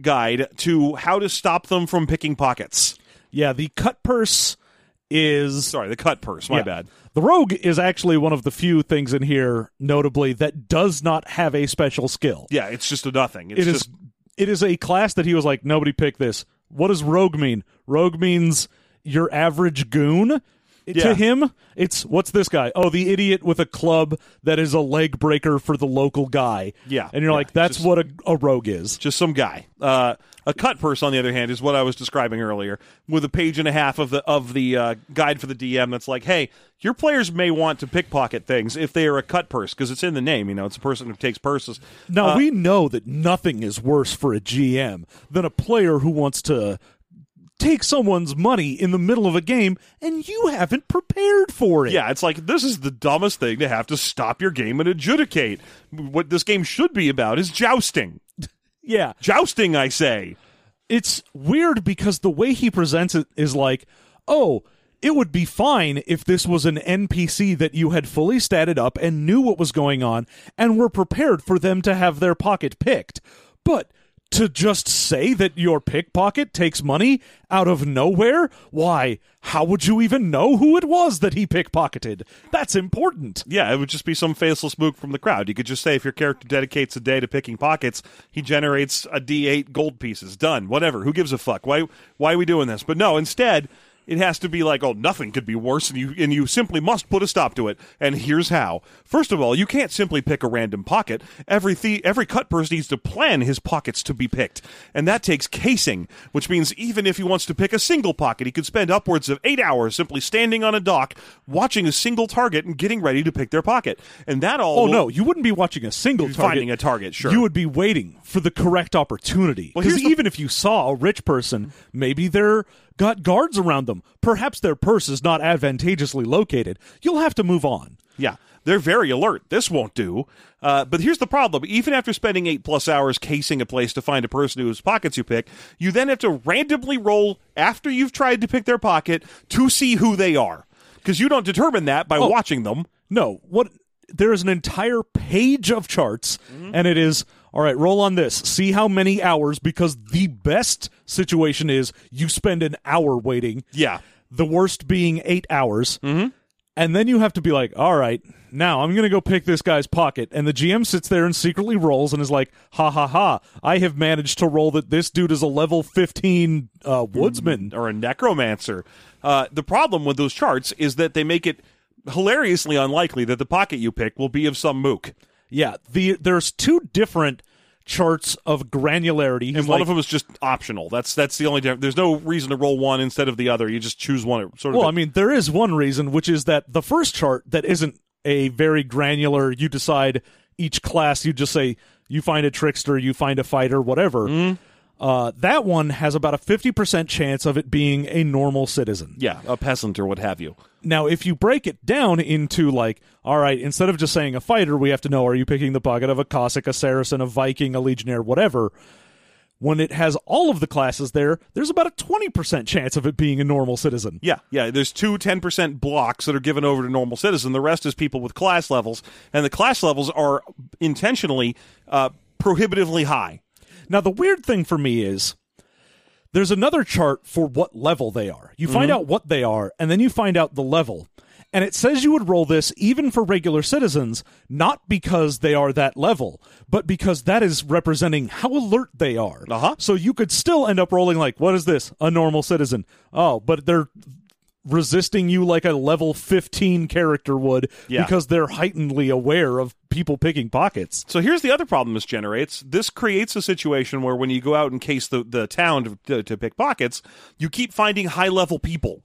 [SPEAKER 1] guide to how to stop them from picking pockets.
[SPEAKER 3] yeah the cut purse is
[SPEAKER 1] Sorry, the cut purse. My
[SPEAKER 3] Yeah.
[SPEAKER 1] bad.
[SPEAKER 3] The rogue is actually one of the few things in here, notably, that does not have a special skill.
[SPEAKER 1] Yeah, it's just a nothing. It's
[SPEAKER 3] It is
[SPEAKER 1] just
[SPEAKER 3] it is a class that he was like, nobody pick this. What does rogue mean? Rogue means your average goon.
[SPEAKER 1] Yeah.
[SPEAKER 3] To him, it's what's this guy? Oh, the idiot with a club that is a leg breaker for the local guy.
[SPEAKER 1] Yeah.
[SPEAKER 3] and you're
[SPEAKER 1] Yeah.
[SPEAKER 3] like, that's
[SPEAKER 1] Just-
[SPEAKER 3] what a, a rogue is.
[SPEAKER 1] just some guy. Uh, a cut purse, on the other hand, is what I was describing earlier, with a page and a half of the of the uh, guide for the DM that's like, hey, your players may want to pickpocket things if they are a cut purse because it's in the name. You know, it's a person who takes purses.
[SPEAKER 3] Now
[SPEAKER 1] Uh,
[SPEAKER 3] we know that nothing is worse for a GM than a player who wants to take someone's money in the middle of a game and you haven't prepared for it.
[SPEAKER 1] Yeah, it's like this is the dumbest thing to have to stop your game and adjudicate. What this game should be about is jousting.
[SPEAKER 3] Yeah.
[SPEAKER 1] Jousting, I say.
[SPEAKER 3] It's weird because the way he presents it is like, "Oh, it would be fine if this was an NPC that you had fully statted up and knew what was going on and were prepared for them to have their pocket picked." But to just say that your pickpocket takes money out of nowhere? Why, how would you even know who it was that he pickpocketed? That's important.
[SPEAKER 1] Yeah, it would just be some faceless mook from the crowd. You could just say if your character dedicates a day to picking pockets, he generates a D8 gold pieces. Done. Whatever. Who gives a fuck? Why? Why are we doing this? But no, instead. It has to be like, oh, nothing could be worse, and you and you simply must put a stop to it. And here's how: first of all, you can't simply pick a random pocket. Every the- every cut person needs to plan his pockets to be picked, and that takes casing, which means even if he wants to pick a single pocket, he could spend upwards of eight hours simply standing on a dock, watching a single target and getting ready to pick their pocket. And that all
[SPEAKER 3] Oh
[SPEAKER 1] will-
[SPEAKER 3] no, you wouldn't be watching a single
[SPEAKER 1] You'd be
[SPEAKER 3] target.
[SPEAKER 1] finding a target, sure.
[SPEAKER 3] You would be waiting for the correct opportunity.
[SPEAKER 1] Well,
[SPEAKER 3] Because
[SPEAKER 1] here's the-
[SPEAKER 3] even if you saw a rich person, maybe they're got guards around them. Perhaps their purse is not advantageously located. You'll have to move on.
[SPEAKER 1] Yeah, they're very alert. This won't do. Uh, but here's the problem: even after spending eight plus hours casing a place to find a person whose pockets you pick, you then have to randomly roll after you've tried to pick their pocket to see who they are, because you don't determine that
[SPEAKER 3] Oh.
[SPEAKER 1] by watching them.
[SPEAKER 3] No, what there is an entire page of charts
[SPEAKER 1] Mm-hmm.
[SPEAKER 3] and it is all right, roll on this. See how many hours because the best situation is you spend an hour waiting.
[SPEAKER 1] Yeah.
[SPEAKER 3] The worst being 8 hours. Mm-hmm. And then you have to be like, "All right, now I'm going to go pick this guy's pocket." And the GM sits there and secretly rolls and is like, "Ha ha ha. I have managed to roll that this dude is a level 15 uh woodsman."
[SPEAKER 1] or a necromancer. Uh, the problem with those charts is that they make it hilariously unlikely that the pocket you pick will be of some mook,
[SPEAKER 3] Yeah, the there's two different charts of granularity. He's
[SPEAKER 1] and one
[SPEAKER 3] like-
[SPEAKER 1] of them is just optional. That's that's the only difference. There's no reason to roll one instead of the other. You just choose one. It sort of
[SPEAKER 3] Well, I mean, there is one reason, which is that the first chart that isn't a very granular, you decide each class, you just say you find a trickster, you find a fighter, whatever. Uh, that one has about a 50% chance of it being a normal citizen.
[SPEAKER 1] yeah, a peasant or what have you.
[SPEAKER 3] Now, if you break it down into like, all right, instead of just saying a fighter, we have to know are you picking the pocket of a Cossack, a Saracen, a Viking, a Legionnaire, whatever. When it has all of the classes there, there's about a 20% chance of it being a normal citizen.
[SPEAKER 1] Yeah, yeah. There's two 10% blocks that are given over to normal citizen. The rest is people with class levels, and the class levels are intentionally uh, prohibitively high.
[SPEAKER 3] Now, the weird thing for me is there's another chart for what level they are. You find
[SPEAKER 1] Mm-hmm.
[SPEAKER 3] out what they are, and then you find out the level. And it says you would roll this even for regular citizens, not because they are that level, but because that is representing how alert they are.
[SPEAKER 1] Uh-huh.
[SPEAKER 3] So you could still end up rolling like, what is this? A normal citizen. Oh, but they're resisting you like a level 15 character would
[SPEAKER 1] Yeah.
[SPEAKER 3] because they're heightenedly aware of people picking pockets.
[SPEAKER 1] So here's the other problem this generates. This creates a situation where when you go out and case the, the town to, to, to pick pockets, you keep finding high level people.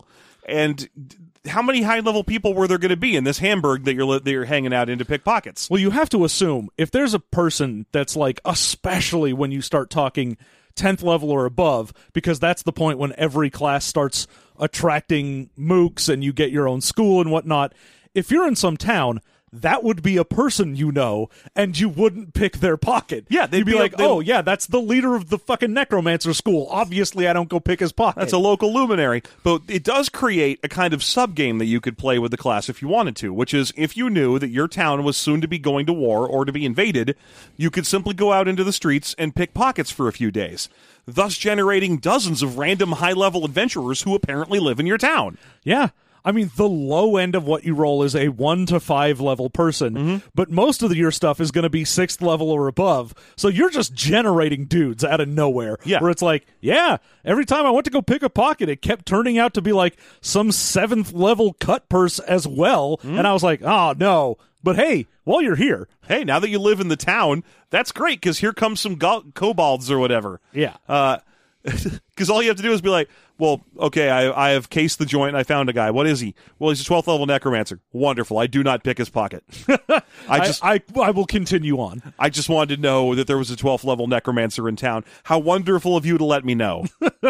[SPEAKER 1] And d- how many high level people were there going to be in this Hamburg that you're, li- that you're hanging out in to pick pockets?
[SPEAKER 3] Well, you have to assume if there's a person that's like, especially when you start talking 10th level or above, because that's the point when every class starts attracting mooks and you get your own school and whatnot. If you're in some town, that would be a person you know, and you wouldn't pick their pocket.
[SPEAKER 1] Yeah, they'd
[SPEAKER 3] You'd be,
[SPEAKER 1] be
[SPEAKER 3] like,
[SPEAKER 1] like- they-
[SPEAKER 3] oh, yeah, that's the leader of the fucking necromancer school. Obviously, I don't go pick his pocket.
[SPEAKER 1] That's a local luminary, but it does create a kind of subgame that you could play with the class if you wanted to, which is if you knew that your town was soon to be going to war or to be invaded, you could simply go out into the streets and pick pockets for a few days, thus generating dozens of random high level adventurers who apparently live in your town.
[SPEAKER 3] Yeah. I mean, the low end of what you roll is a one to five level person,
[SPEAKER 1] Mm-hmm.
[SPEAKER 3] but most of the- your stuff is going to be sixth level or above. So you're just generating dudes out of nowhere.
[SPEAKER 1] Yeah.
[SPEAKER 3] Where it's like, yeah, every time I went to go pick a pocket, it kept turning out to be like some seventh level cut purse as well.
[SPEAKER 1] Mm-hmm.
[SPEAKER 3] And I was like, oh, no. But hey, while you're here,
[SPEAKER 1] Hey, now that you live in the town, that's great because here comes some go- kobolds or whatever.
[SPEAKER 3] Yeah.
[SPEAKER 1] Because Uh, all you have to do is be like, well, okay, I, I have cased the joint and I found a guy. What is he? Well, he's a 12th level necromancer. Wonderful. I do not pick his pocket. I just. I-
[SPEAKER 3] I, I, I will continue on.
[SPEAKER 1] just wanted to know that there was a 12th level necromancer in town. How wonderful of you to let me know.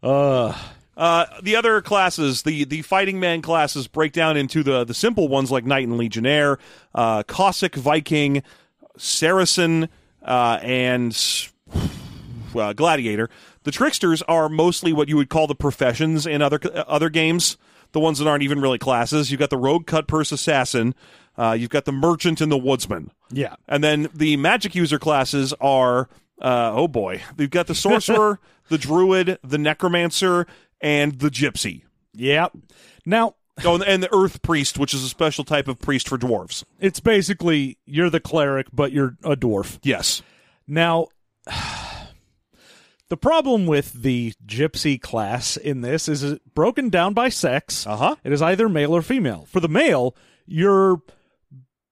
[SPEAKER 1] Uh, the other classes, the the fighting man classes, break down into the the simple ones like knight and legionnaire, uh, Cossack, Viking, Saracen, uh, and uh, gladiator. The tricksters are mostly what you would call the professions in other uh, other games, the ones that aren't even really classes. You've got the rogue, cut purse, assassin. Uh, you've got the merchant and the woodsman.
[SPEAKER 3] Yeah.
[SPEAKER 1] And then the magic user classes are Uh, oh boy, they've got the sorcerer, the druid, the necromancer, and the gypsy.
[SPEAKER 3] Yep. Now,
[SPEAKER 1] Oh, and- and the earth priest, which is a special type of priest for dwarves.
[SPEAKER 3] it's basically you're the cleric, but you're a dwarf.
[SPEAKER 1] Yes.
[SPEAKER 3] Now, the problem with the gypsy class in this is it's broken down by sex.
[SPEAKER 1] Uh huh.
[SPEAKER 3] It is either male or female. For the male, you're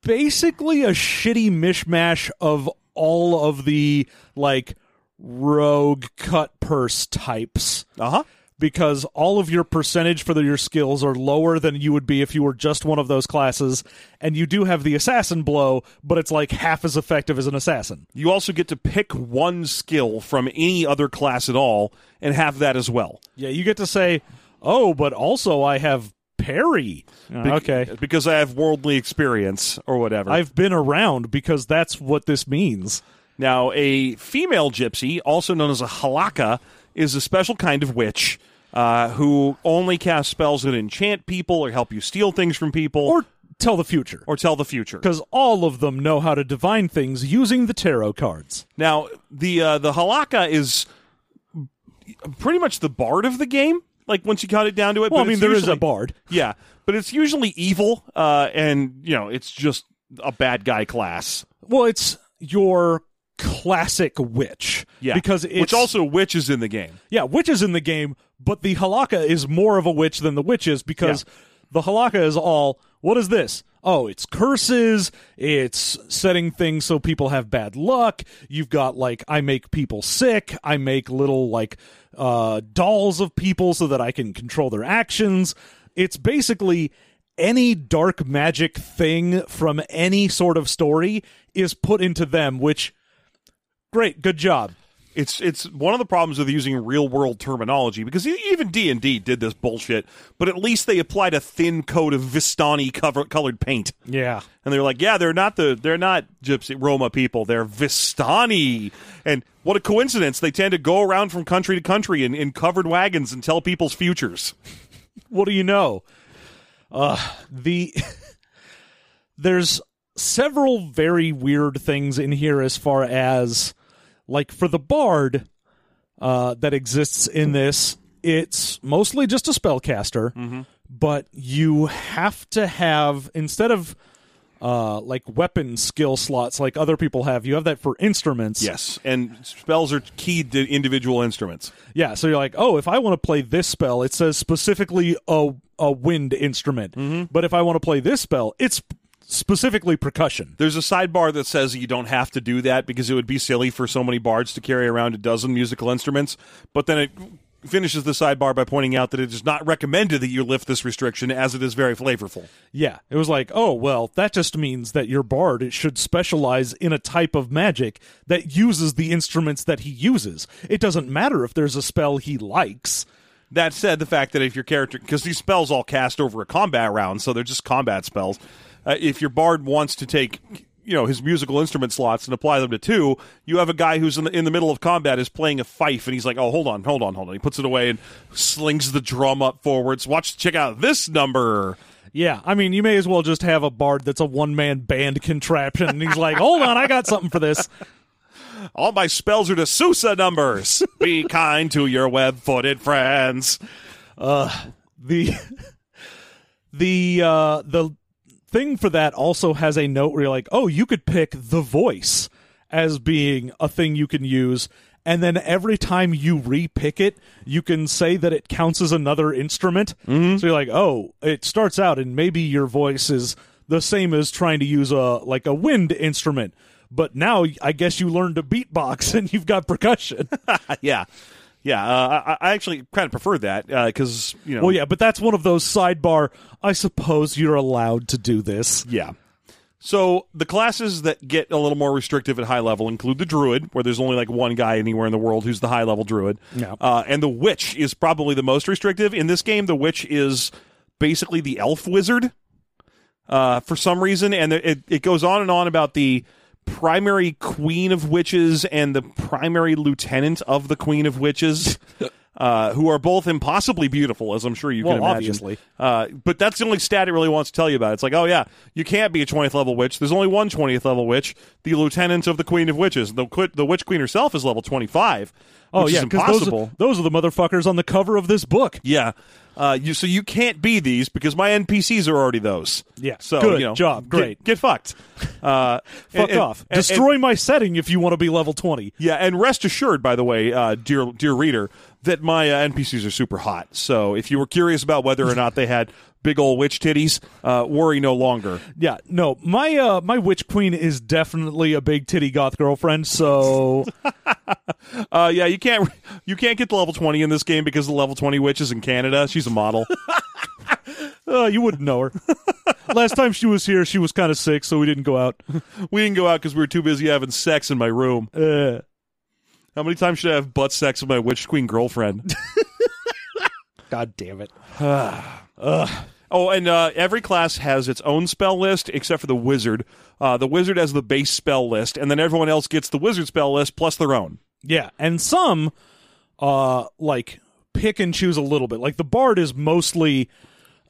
[SPEAKER 3] basically a shitty mishmash of all of the like rogue cut purse types
[SPEAKER 1] Uh huh.
[SPEAKER 3] because all of your percentage for the- your skills are lower than you would be if you were just one of those classes and you do have the assassin blow but it's like half as effective as an assassin
[SPEAKER 1] You also get to pick one skill from any other class at all and have that as well.
[SPEAKER 3] yeah you get to say oh but also i have parry
[SPEAKER 1] Be-
[SPEAKER 3] okay
[SPEAKER 1] Because I have worldly experience or whatever.
[SPEAKER 3] I've been around because that's what this means.
[SPEAKER 1] Now, a female gypsy, also known as a halakha, is a special kind of witch uh, who only casts spells that enchant people or help you steal things from people
[SPEAKER 3] Or tell the future.
[SPEAKER 1] or tell the future.
[SPEAKER 3] Because all of them know how to divine things using the tarot cards.
[SPEAKER 1] Now, the uh, the halakha is pretty much the bard of the game. Like once you cut it down to it,
[SPEAKER 3] Well,
[SPEAKER 1] but
[SPEAKER 3] I mean,
[SPEAKER 1] it's
[SPEAKER 3] there is
[SPEAKER 1] usually-
[SPEAKER 3] a bard.
[SPEAKER 1] Yeah, but it's usually evil, uh, and you know, it's just a bad guy class.
[SPEAKER 3] Well, it's your classic witch.
[SPEAKER 1] Yeah,
[SPEAKER 3] Because it's.
[SPEAKER 1] which also witch is in the game.
[SPEAKER 3] Yeah, witch is in the game, but the halakha is more of a witch than the witch is because the halakha is all, what is this? Oh, it's curses. It's setting things so people have bad luck. You've got like, I make people sick. I make little like uh, dolls of people so that I can control their actions. It's basically any dark magic thing from any sort of story is put into them, which, great, good job.
[SPEAKER 1] It's it's one of the problems with using real world terminology because e- even D and D did this bullshit, but at least they applied a thin coat of Vistani cover, colored paint,
[SPEAKER 3] Yeah.
[SPEAKER 1] and they're like, yeah, they're not the they're not Gypsy Roma people, they're Vistani, and what a coincidence! They tend to go around from country to country in, in covered wagons and tell people's futures.
[SPEAKER 3] what do you know? Uh, the there's several very weird things in here as far as like for the bard uh, that exists in this. It's mostly just a spellcaster, but you have to have instead of uh, like weapon skill slots like other people have, you have that for instruments.
[SPEAKER 1] Yes, and spells are keyed to individual instruments.
[SPEAKER 3] Yeah, so you're like, oh, if I want to play this spell, it says specifically a a wind instrument. But if I want to play this spell, it's specifically percussion.
[SPEAKER 1] There's a sidebar that says you don't have to do that because it would be silly for so many bards to carry around a dozen musical instruments. But then it finishes the sidebar by pointing out that it is not recommended that you lift this restriction as it is very flavorful.
[SPEAKER 3] Yeah, it was like, oh, well, that just means that your bard it should specialize in a type of magic that uses the instruments that he uses. It doesn't matter if there's a spell he likes.
[SPEAKER 1] That said, the fact that if your character, because these spells all cast over a combat round, so they're just combat spells. Uh, if your bard wants to take, you know, his musical instrument slots and apply them to two, you have a guy who's in the, in the middle of combat is playing a fife, and he's like, "Oh, hold on, hold on, hold on." He puts it away and slings the drum up forwards. Watch, check out this number.
[SPEAKER 3] Yeah, I mean, you may as well just have a bard that's a one man band contraption. And he's like, hold on, I got something for this.
[SPEAKER 1] All my spells are to Sousa numbers. Be kind to your web-footed friends.
[SPEAKER 3] the the uh the thing for that also has a note where you're like oh you could pick the voice as being a thing you can use and then every time you re-pick it you can say that it counts as another instrument so you're like oh it starts out and maybe your voice is the same as trying to use a like a wind instrument but now i guess you learned to beatbox and you've got percussion
[SPEAKER 1] yeah, yeah. Uh, I, I actually kind of prefer that because you know.
[SPEAKER 3] well yeah but that's one of those sidebar i suppose you're allowed to do this
[SPEAKER 1] Yeah. So the classes that get a little more restrictive at high level include the druid, where there's only like one guy anywhere in the world who's the high level druid.
[SPEAKER 3] Yeah.
[SPEAKER 1] Uh, and the witch is probably the most restrictive. In this game, the witch is basically the elf wizard uh, for some reason. And it, it goes on and on about the primary queen of witches and the primary lieutenant of the queen of witches. uh, who are both impossibly beautiful, as I'm sure you
[SPEAKER 3] Well,
[SPEAKER 1] can imagine.
[SPEAKER 3] obviously.
[SPEAKER 1] Uh, but that's the only stat it really wants to tell you about. It's like, oh yeah, you can't be a 20th level witch. There's only one 20th level witch, the lieutenant of the Queen of Witches. The qui- the witch queen herself is level 25.
[SPEAKER 3] Oh
[SPEAKER 1] which
[SPEAKER 3] yeah,
[SPEAKER 1] is
[SPEAKER 3] 'cause those
[SPEAKER 1] impossible.
[SPEAKER 3] are, those are the motherfuckers on the cover of this book.
[SPEAKER 1] Yeah. Uh, you so you can't be these because my NPCs are already those.
[SPEAKER 3] Yeah.
[SPEAKER 1] So
[SPEAKER 3] Good
[SPEAKER 1] you know,
[SPEAKER 3] job.
[SPEAKER 1] get-
[SPEAKER 3] Great.
[SPEAKER 1] Get, fucked. Uh,
[SPEAKER 3] Fuck
[SPEAKER 1] and- and-
[SPEAKER 3] off.
[SPEAKER 1] and- and-
[SPEAKER 3] Destroy my setting if you want to be level 20.
[SPEAKER 1] yeah, and rest assured, by the way, uh, dear dear reader, that my uh, NPCs are super hot. So if you were curious about whether or not they had big old witch titties, uh, worry no longer.
[SPEAKER 3] Yeah, no. My uh my witch queen is definitely a big titty goth girlfriend, so
[SPEAKER 1] Uh, yeah, you can't you can't get to level twenty in this game because the level twenty witch is in Canada. She's a model.
[SPEAKER 3] uh, you wouldn't know her. Last time she was here, she was kind of sick, so we didn't go out.
[SPEAKER 1] we didn't go out because we were too busy having sex in my room.
[SPEAKER 3] Uh,
[SPEAKER 1] How many times should I have butt sex with my witch queen girlfriend?
[SPEAKER 3] God damn it.
[SPEAKER 1] Oh, and uh, every class has its own spell list except for the wizard. Uh, the wizard has the base spell list, and then everyone else gets the wizard spell list plus their own.
[SPEAKER 3] Yeah, and some uh like pick and choose a little bit. Like the bard is mostly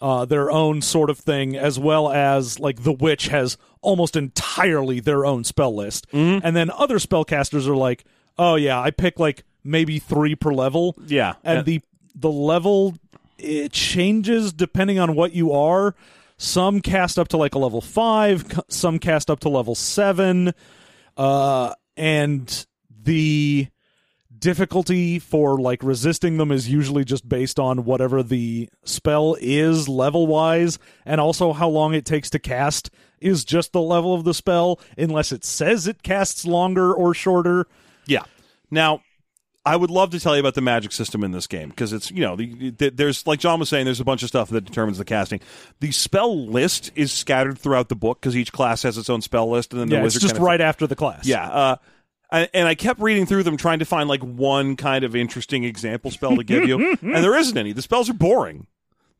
[SPEAKER 3] uh their own sort of thing as well as like the witch has almost entirely their own spell list.
[SPEAKER 1] Mm-hmm.
[SPEAKER 3] And then other spellcasters are like, "Oh yeah, I pick like maybe 3 per level."
[SPEAKER 1] Yeah.
[SPEAKER 3] and
[SPEAKER 1] Uh,
[SPEAKER 3] the the level it changes depending on what you are. Some cast up to like a level five, c- some cast up to level seven, uh, and the difficulty for like resisting them is usually just based on whatever the spell is level wise and also how long it takes to cast is just the level of the spell unless it says it casts longer or shorter
[SPEAKER 1] yeah. Now, I would love to tell you about the magic system in this game because it's you know the, the, there's like John was saying there's a bunch of stuff that determines the casting. The spell list is scattered throughout the book because each class has its own spell list, and then the
[SPEAKER 3] yeah it's
[SPEAKER 1] wizard
[SPEAKER 3] just
[SPEAKER 1] kinda-
[SPEAKER 3] right after the class
[SPEAKER 1] Yeah. Uh, I, and I kept reading through them trying to find like one kind of interesting example spell to give you, and there isn't any. The spells are boring.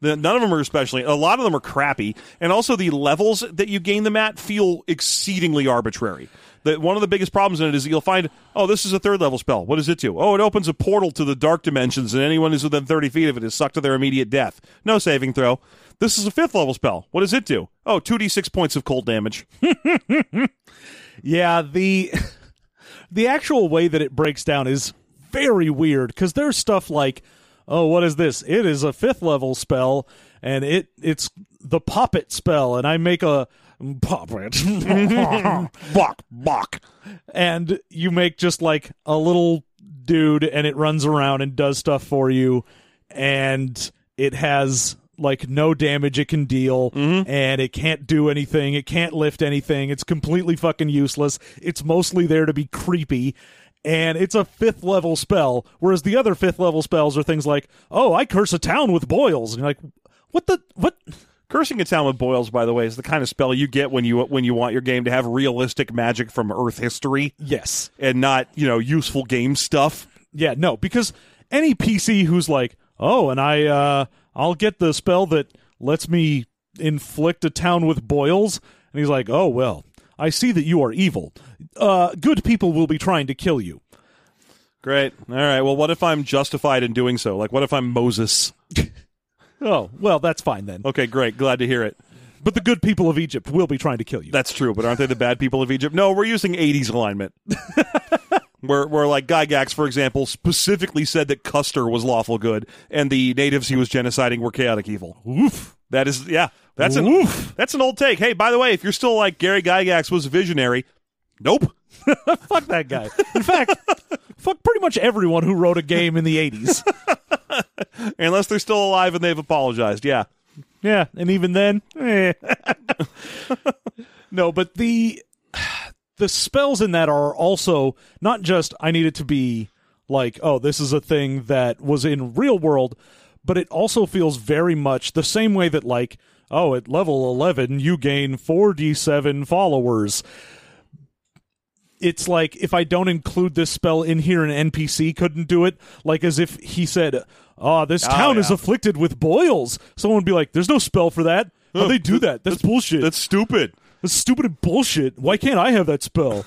[SPEAKER 1] The, none of them are especially. A lot of them are crappy, and also the levels that you gain them at feel exceedingly arbitrary. The, one of the biggest problems in it is that you'll find, oh, this is a third level spell. What does it do? Oh, it opens a portal to the dark dimensions, and anyone who's within thirty feet of it is sucked to their immediate death. No saving throw. This is a fifth level spell. What does it do? Oh, 2d6 points of cold damage.
[SPEAKER 3] Yeah, the the actual way that it breaks down is very weird cuz there's stuff like oh what is this? It is a fifth level spell and it it's the poppet spell and I make a poppet
[SPEAKER 1] Bok, bok.
[SPEAKER 3] and you make just like a little dude and it runs around and does stuff for you and it has like no damage it can deal and it can't do anything it can't lift anything it's completely fucking useless it's mostly there to be creepy and it's a fifth level spell whereas the other fifth level spells are things like oh i curse a town with boils and you're like what the what
[SPEAKER 1] Cursing a town with boils, by the way, is the kind of spell you get when you when you want your game to have realistic magic from Earth history
[SPEAKER 3] yes
[SPEAKER 1] and not you know useful game stuff.
[SPEAKER 3] Yeah, no, because any PC who's like, "Oh, and I uh I'll get the spell that lets me inflict a town with boils." And he's like, "Oh, well, I see that you are evil. Uh good people will be trying to kill you."
[SPEAKER 1] Great. All right. Well, what if I'm justified in doing so? Like, what if I'm Moses?
[SPEAKER 3] Oh, well, that's fine then.
[SPEAKER 1] Okay, great. Glad to hear it.
[SPEAKER 3] But the good people of Egypt will be trying to kill you.
[SPEAKER 1] That's true, but aren't they the bad people of Egypt? No, we're using 80s alignment. where, where, like, Gygax, for example, specifically said that Custer was lawful good and the natives he was genociding were chaotic evil.
[SPEAKER 3] Oof.
[SPEAKER 1] That is, yeah, that's an
[SPEAKER 3] Oof.
[SPEAKER 1] that's an old take. Hey, by the way, if you're still like Gary Gygax was a visionary, nope.
[SPEAKER 3] Fuck that guy. In fact, fuck pretty much everyone who wrote a game in the 80s.
[SPEAKER 1] Unless they're still alive and they've apologized. Yeah,
[SPEAKER 3] Yeah, and even then, eh. no. But the the spells in that are also not just I need it to be like oh this is a thing that was in real world, but it also feels very much the same way that like oh at level eleven you gain four d seven followers. It's like if I don't include this spell in here, an NPC couldn't do it. Like as if he said, "Ah, this town is
[SPEAKER 1] yeah.
[SPEAKER 3] afflicted with boils." Someone would be like, "There's no spell for that. How they do Oh, that? That's bullshit.
[SPEAKER 1] that's stupid.
[SPEAKER 3] That's stupid and bullshit. Why can't I have that spell?"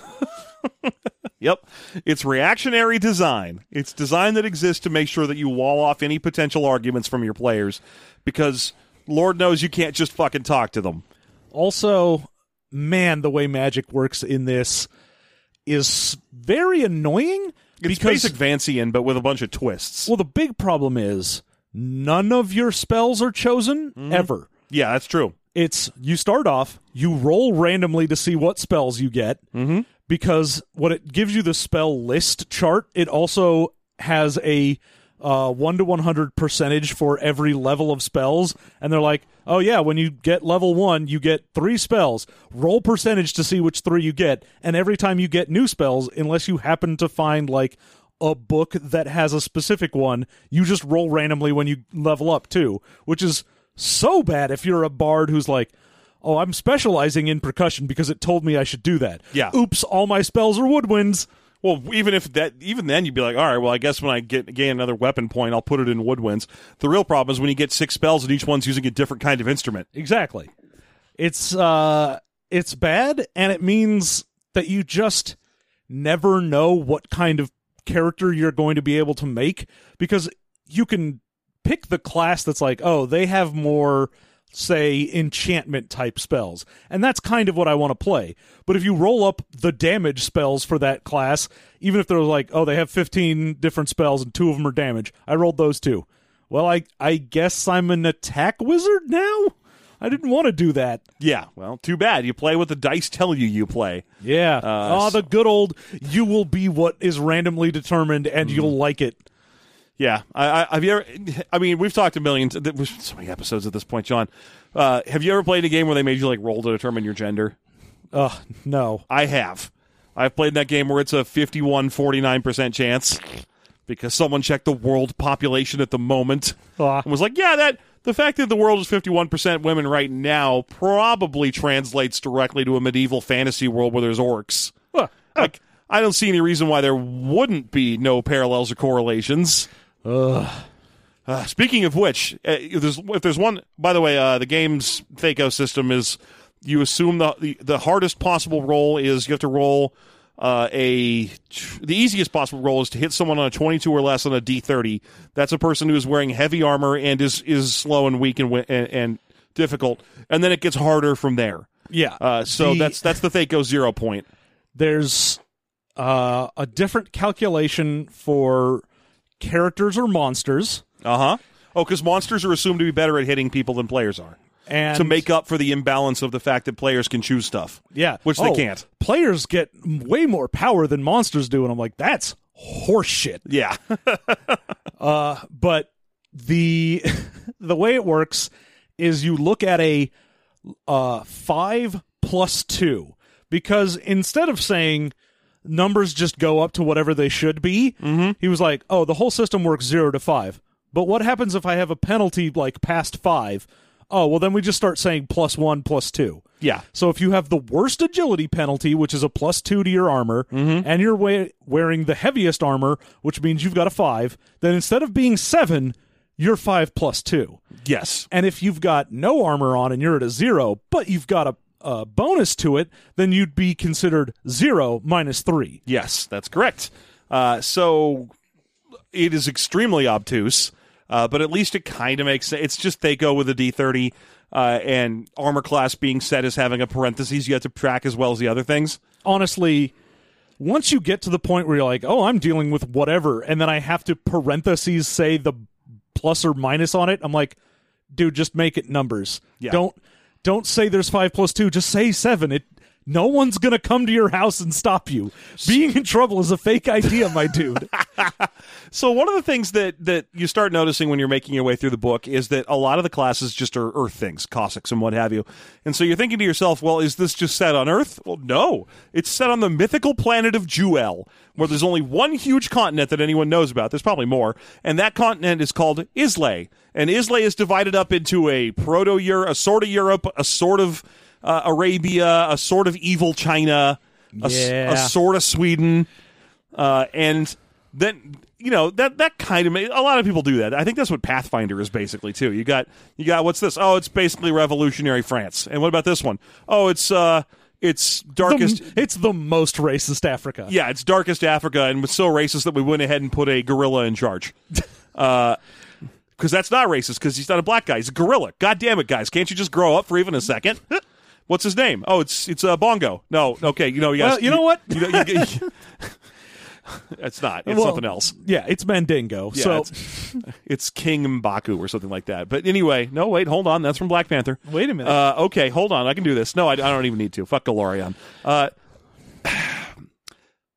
[SPEAKER 1] Yep. It's reactionary design. It's design that exists to make sure that you wall off any potential arguments from your players because Lord knows you can't just fucking talk to them.
[SPEAKER 3] Also, man, the way magic works in this is very annoying
[SPEAKER 1] It's
[SPEAKER 3] because
[SPEAKER 1] basic Vancian, but with a bunch of twists.
[SPEAKER 3] well, the big problem is none of your spells are chosen ever.
[SPEAKER 1] yeah, that's true.
[SPEAKER 3] It's you start off, you roll randomly to see what spells you get because what it gives you the spell list chart. It also has a uh, one to one hundred percentage for every level of spells, and they're like, oh yeah, when you get level one, you get three spells. Roll percentage to see which three you get, and every time you get new spells, unless you happen to find like a book that has a specific one, you just roll randomly when you level up too, which is so bad if you're a bard who's like, oh, I'm specializing in percussion because it told me I should do that.
[SPEAKER 1] Yeah.
[SPEAKER 3] Oops, all my spells are woodwinds.
[SPEAKER 1] Well, even if that, even then, you'd be like, all right, well, I guess when I get gain another weapon point, I'll put it in woodwinds. The real problem is when you get six spells and each one's using a different kind of instrument.
[SPEAKER 3] Exactly. It's uh it's bad and it means that you just never know what kind of character you're going to be able to make because you can pick the class that's like, oh, they have more say enchantment type spells. And that's kind of what I want to play. But if you roll up the damage spells for that class, even if they're like, oh, they have 15 different spells and two of them are damage. I rolled those two. Well, I I guess I'm an attack wizard now? I didn't want to do that.
[SPEAKER 1] Yeah, well, too bad. You play what the dice tell you you play.
[SPEAKER 3] Yeah.
[SPEAKER 1] Uh,
[SPEAKER 3] oh, the good old you will be what is randomly determined and
[SPEAKER 1] Mm-hmm.
[SPEAKER 3] you'll like it.
[SPEAKER 1] Yeah, I, I, have you ever? I mean, we've talked a million, there's so many episodes at this point, John. Uh, have you ever played a game where they made you like roll to determine your gender?
[SPEAKER 3] Ugh, no.
[SPEAKER 1] I have. I've played that game where it's a 51 49% chance because someone checked the world population at the moment
[SPEAKER 3] Ah.
[SPEAKER 1] and was like, yeah, that the fact that the world is 51% women right now probably translates directly to a medieval fantasy world where there's orcs.
[SPEAKER 3] Huh.
[SPEAKER 1] Like, I don't see any reason why there wouldn't be no parallels or correlations. Uh, speaking of which, uh, if there's, if there's one, by the way, uh, the game's Thaco system is you assume the, the the hardest possible roll is you have to roll uh, a the easiest possible roll is to hit someone on a 22 or less on a D30. That's a person who is wearing heavy armor and is is slow and weak and wi- and, and difficult, and then it gets harder from there.
[SPEAKER 3] Yeah.
[SPEAKER 1] Uh, so
[SPEAKER 3] The-
[SPEAKER 1] that's that's the Thaco zero point.
[SPEAKER 3] there's uh, a different calculation for characters or monsters
[SPEAKER 1] Uh huh. Oh, because monsters are assumed to be better at hitting people than players are.
[SPEAKER 3] and
[SPEAKER 1] to make up for the imbalance of the fact that players can choose stuff.
[SPEAKER 3] yeah
[SPEAKER 1] Which they
[SPEAKER 3] Oh,
[SPEAKER 1] can't.
[SPEAKER 3] players get m- way more power than monsters do and i'm like that's horseshit
[SPEAKER 1] Yeah.
[SPEAKER 3] but the the way it works is you look at a uh, five plus two because instead of saying numbers just go up to whatever they should be, he was like, "Oh, the whole system works zero to five. But what happens if I have a penalty like past five? Oh, well, then we just start saying plus one, plus two.
[SPEAKER 1] yeah.
[SPEAKER 3] So if you have the worst agility penalty, which is a plus two to your armor, and you're we- wearing the heaviest armor, which means you've got a five, then instead of being seven, you're five plus two.
[SPEAKER 1] Yes.
[SPEAKER 3] And if you've got no armor on and you're at a zero, but you've got a, a bonus to it, then you'd be considered zero minus three.
[SPEAKER 1] Yes. That's correct. Uh, so it is extremely obtuse, uh, but at least it kind of makes sense. It's just they go with a D30 uh, and armor class being set as having a parentheses you have to track as well as the other things.
[SPEAKER 3] Honestly, once you get to the point where you're like, oh, I'm dealing with whatever, and then I have to parentheses say the plus or minus on it, I'm like, dude, just make it numbers.
[SPEAKER 1] Yeah.
[SPEAKER 3] Don't don't say there's five plus two. Just say seven. It no one's gonna come to your house and stop you. Being in trouble is a fake idea, my dude.
[SPEAKER 1] So one of the things that that you start noticing when you're making your way through the book is that a lot of the classes just are Earth things, Cossacks and what have you. And so you're thinking to yourself, well, is this just set on Earth? Well, no, it's set on the mythical planet of Juel, where there's only one huge continent that anyone knows about. There's probably more, and that continent is called Islay. And Islay is divided up into a proto Europe, a sort of Europe, a sort of uh, Arabia, a sort of evil China, a, s- a
[SPEAKER 3] Yeah.
[SPEAKER 1] sort of Sweden uh, and then you know that that kind of ma- a lot of people do that. I think that's what Pathfinder is basically too. You got you got what's this? Oh, it's basically revolutionary France. And what about this one? Oh, it's uh, It's
[SPEAKER 3] The-
[SPEAKER 1] darkest.
[SPEAKER 3] it's the most racist Africa.
[SPEAKER 1] yeah, it's darkest Africa, and was so racist that we went ahead and put a gorilla in charge. Because that's not racist, because he's not a black guy. He's a gorilla. God damn it, guys! Can't you just grow up for even a second? What's his name? Oh, it's it's uh, Bongo. No, okay, you know, you,
[SPEAKER 3] Well,
[SPEAKER 1] guys-
[SPEAKER 3] you know what?
[SPEAKER 1] You, know, you, you- it's not. It's
[SPEAKER 3] Well,
[SPEAKER 1] something else.
[SPEAKER 3] Yeah, it's Mandingo.
[SPEAKER 1] Yeah,
[SPEAKER 3] so
[SPEAKER 1] it's, it's King Mbaku or something like that. But anyway, no, wait, hold on. That's from Black Panther.
[SPEAKER 3] Wait a minute.
[SPEAKER 1] Uh, okay, hold on. I can do this. No, I, I don't even need to. Fuck Galorion. Uh,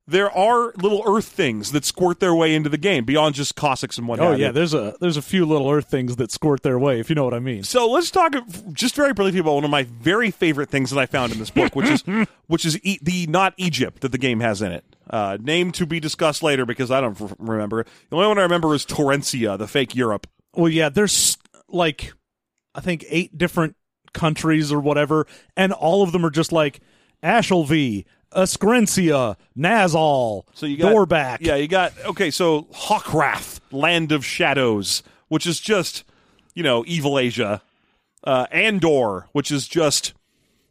[SPEAKER 1] there are little Earth things that squirt their way into the game beyond just Cossacks and whatnot.
[SPEAKER 3] Oh yeah, there's a there's a few little Earth things that squirt their way, if you know what I mean.
[SPEAKER 1] So let's talk just very briefly about one of my very favorite things that I found in this book, which is which is e- the not Egypt that the game has in it. Uh, name to be discussed later because I don't f- remember. The only one I remember is Torrencia, the fake Europe.
[SPEAKER 3] Well, yeah, there's like I think eight different countries or whatever, and all of them are just like Ashelvy, Escrencia, Nazal,
[SPEAKER 1] So you got
[SPEAKER 3] Dorback.
[SPEAKER 1] Yeah, you got okay. So Hawkwrath, Land of Shadows, which is just you know evil Asia, uh, Andor, which is just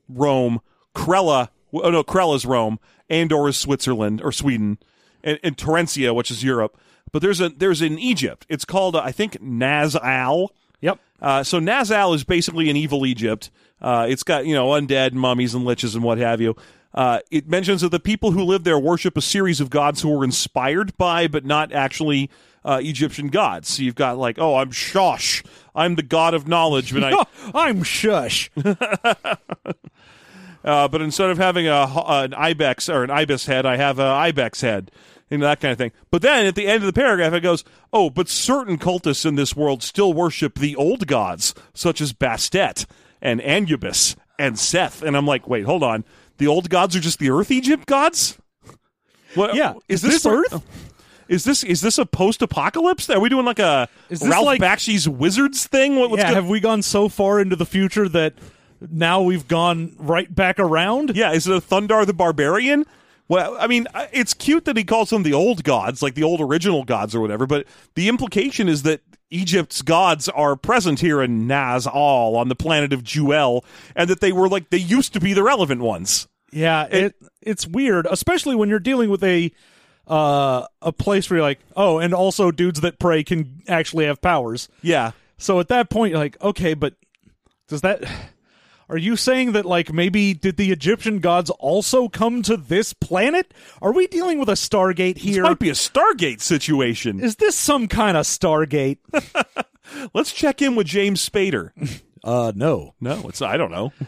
[SPEAKER 1] Rome, Krella. Oh no, Krella's Rome. Andor is Switzerland or Sweden, and, and Torrencia, which is Europe. But there's a there's an Egypt. It's called uh, I think Nazal.
[SPEAKER 3] Yep.
[SPEAKER 1] Uh, so Nazal is basically an evil Egypt. Uh, it's got you know undead and mummies and liches and what have you. Uh, it mentions that the people who live there worship a series of gods who were inspired by, but not actually uh, Egyptian gods. So you've got like, oh, I'm Shosh, I'm the god of knowledge, but I
[SPEAKER 3] I'm shush.
[SPEAKER 1] uh, but instead of having a ho- an ibex or an ibis head, I have a ibex head, you know that kind of thing. But then at the end of the paragraph, it goes, "Oh, but certain cultists in this world still worship the old gods, such as Bastet and Anubis and Seth." And I'm like, "Wait, hold on, the old gods are just the Earth Egypt gods? What,
[SPEAKER 3] Yeah. Is this Earth?
[SPEAKER 1] Is this is this a post apocalypse? Are we doing like a
[SPEAKER 3] Is this
[SPEAKER 1] Ralph
[SPEAKER 3] like-
[SPEAKER 1] Bakshi's Wizards thing? What, what's
[SPEAKER 3] yeah,
[SPEAKER 1] go-
[SPEAKER 3] have we gone so far into the future that now we've gone right back around?
[SPEAKER 1] Yeah, is it a Thundar the Barbarian? Well, I mean, I- it's cute that he calls them the old gods, like the old original gods or whatever, but the implication is that Egypt's gods are present here in Naz Al on the planet of Juel, and that they were like, they used to be the relevant ones.
[SPEAKER 3] Yeah, it, it's weird, especially when you're dealing with a uh a place where you're like, oh, and also dudes that pray can actually have powers.
[SPEAKER 1] Yeah.
[SPEAKER 3] So at that point, you're like, okay, but does that? Are you saying that like maybe did the Egyptian gods also come to this planet? Are we dealing with a Stargate
[SPEAKER 1] It
[SPEAKER 3] here?
[SPEAKER 1] might be a Stargate situation.
[SPEAKER 3] Is this some kind of Stargate?
[SPEAKER 1] Let's check in with James Spader.
[SPEAKER 3] uh, no.
[SPEAKER 1] No, it's I don't know.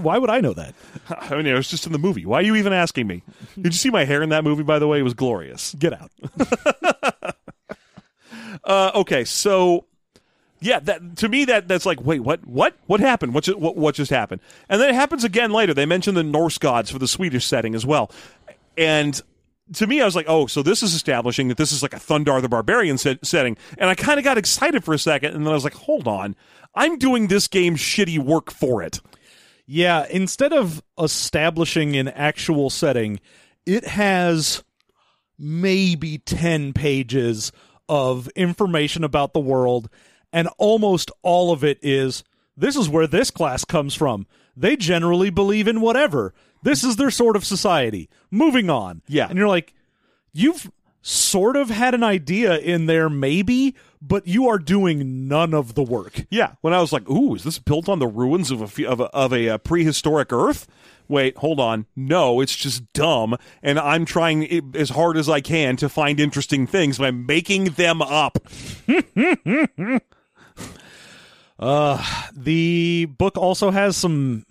[SPEAKER 3] Why would I know that?
[SPEAKER 1] I mean, it was just in the movie. Why are you even asking me? Did you see my hair in that movie? By the way, it was glorious.
[SPEAKER 3] Get out.
[SPEAKER 1] Uh, okay, so yeah, that to me that that's like, wait, what, what, what happened? What just, what, what just happened? And then it happens again later. They mention the Norse gods for the Swedish setting as well, and to me, I was like, oh, so this is establishing that this is like a Thundar the Barbarian set, setting, and I kind of got excited for a second, and then I was like, hold on, I'm doing this game shitty work for it.
[SPEAKER 3] Yeah, instead of establishing an actual setting, it has maybe 10 pages of information about the world, and almost all of it is this is where this class comes from. They generally believe in whatever. This is their sort of society. Moving on.
[SPEAKER 1] Yeah.
[SPEAKER 3] And you're like, you've sort of had an idea in there, maybe, but you are doing none of the work.
[SPEAKER 1] Yeah, when I was like, "Ooh, is this built on the ruins of a fe- of a, of a uh, prehistoric Earth?" Wait, hold on. No, it's just dumb, and I'm trying i- as hard as I can to find interesting things. But I'm making them up.
[SPEAKER 3] The book also has some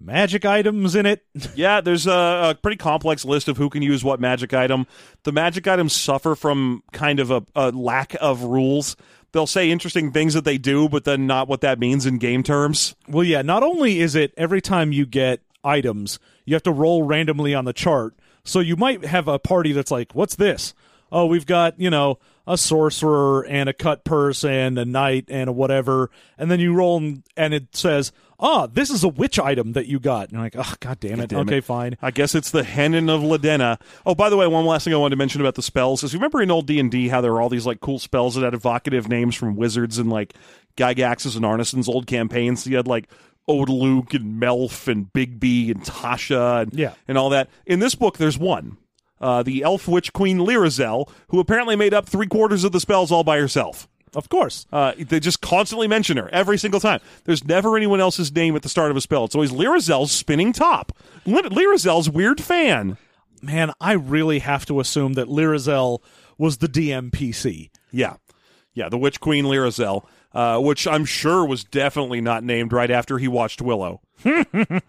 [SPEAKER 3] magic items in it.
[SPEAKER 1] Yeah, there's a, a pretty complex list of who can use what magic item. The magic items suffer from kind of a, a lack of rules. They'll say interesting things that they do, but then not what that means in game terms.
[SPEAKER 3] Well, yeah, not only is it every time you get items, you have to roll randomly on the chart. So you might have a party that's like, what's this? Oh, we've got, you know, a sorcerer and a cut purse and a knight and a whatever. And then you roll and, and it says, ah, this is a witch item that you got. And you're like, oh, god damn it.
[SPEAKER 1] Damn
[SPEAKER 3] okay,
[SPEAKER 1] it.
[SPEAKER 3] fine.
[SPEAKER 1] I guess it's the Henin of Ladena. Oh, by the way, one last thing I wanted to mention about the spells is you remember in old D and D how there were all these like cool spells that had evocative names from wizards and like Gygax's and Arneson's old campaigns. So you had like Odaluke and Melf and Bigby and Tasha and,
[SPEAKER 3] Yeah.
[SPEAKER 1] and all that. In this book, there's one. Uh, the elf witch queen Lirazel, who apparently made up three quarters of the spells all by herself.
[SPEAKER 3] Of course.
[SPEAKER 1] Uh, they just constantly mention her every single time. There's never anyone else's name at the start of a spell. It's always Lirazel's spinning top. Li- Lirazel's weird fan.
[SPEAKER 3] Man, I really have to assume that Lirazel was the DMPC.
[SPEAKER 1] Yeah. Yeah, the Witch Queen Lirazel, uh, which I'm sure was definitely not named right after he watched Willow.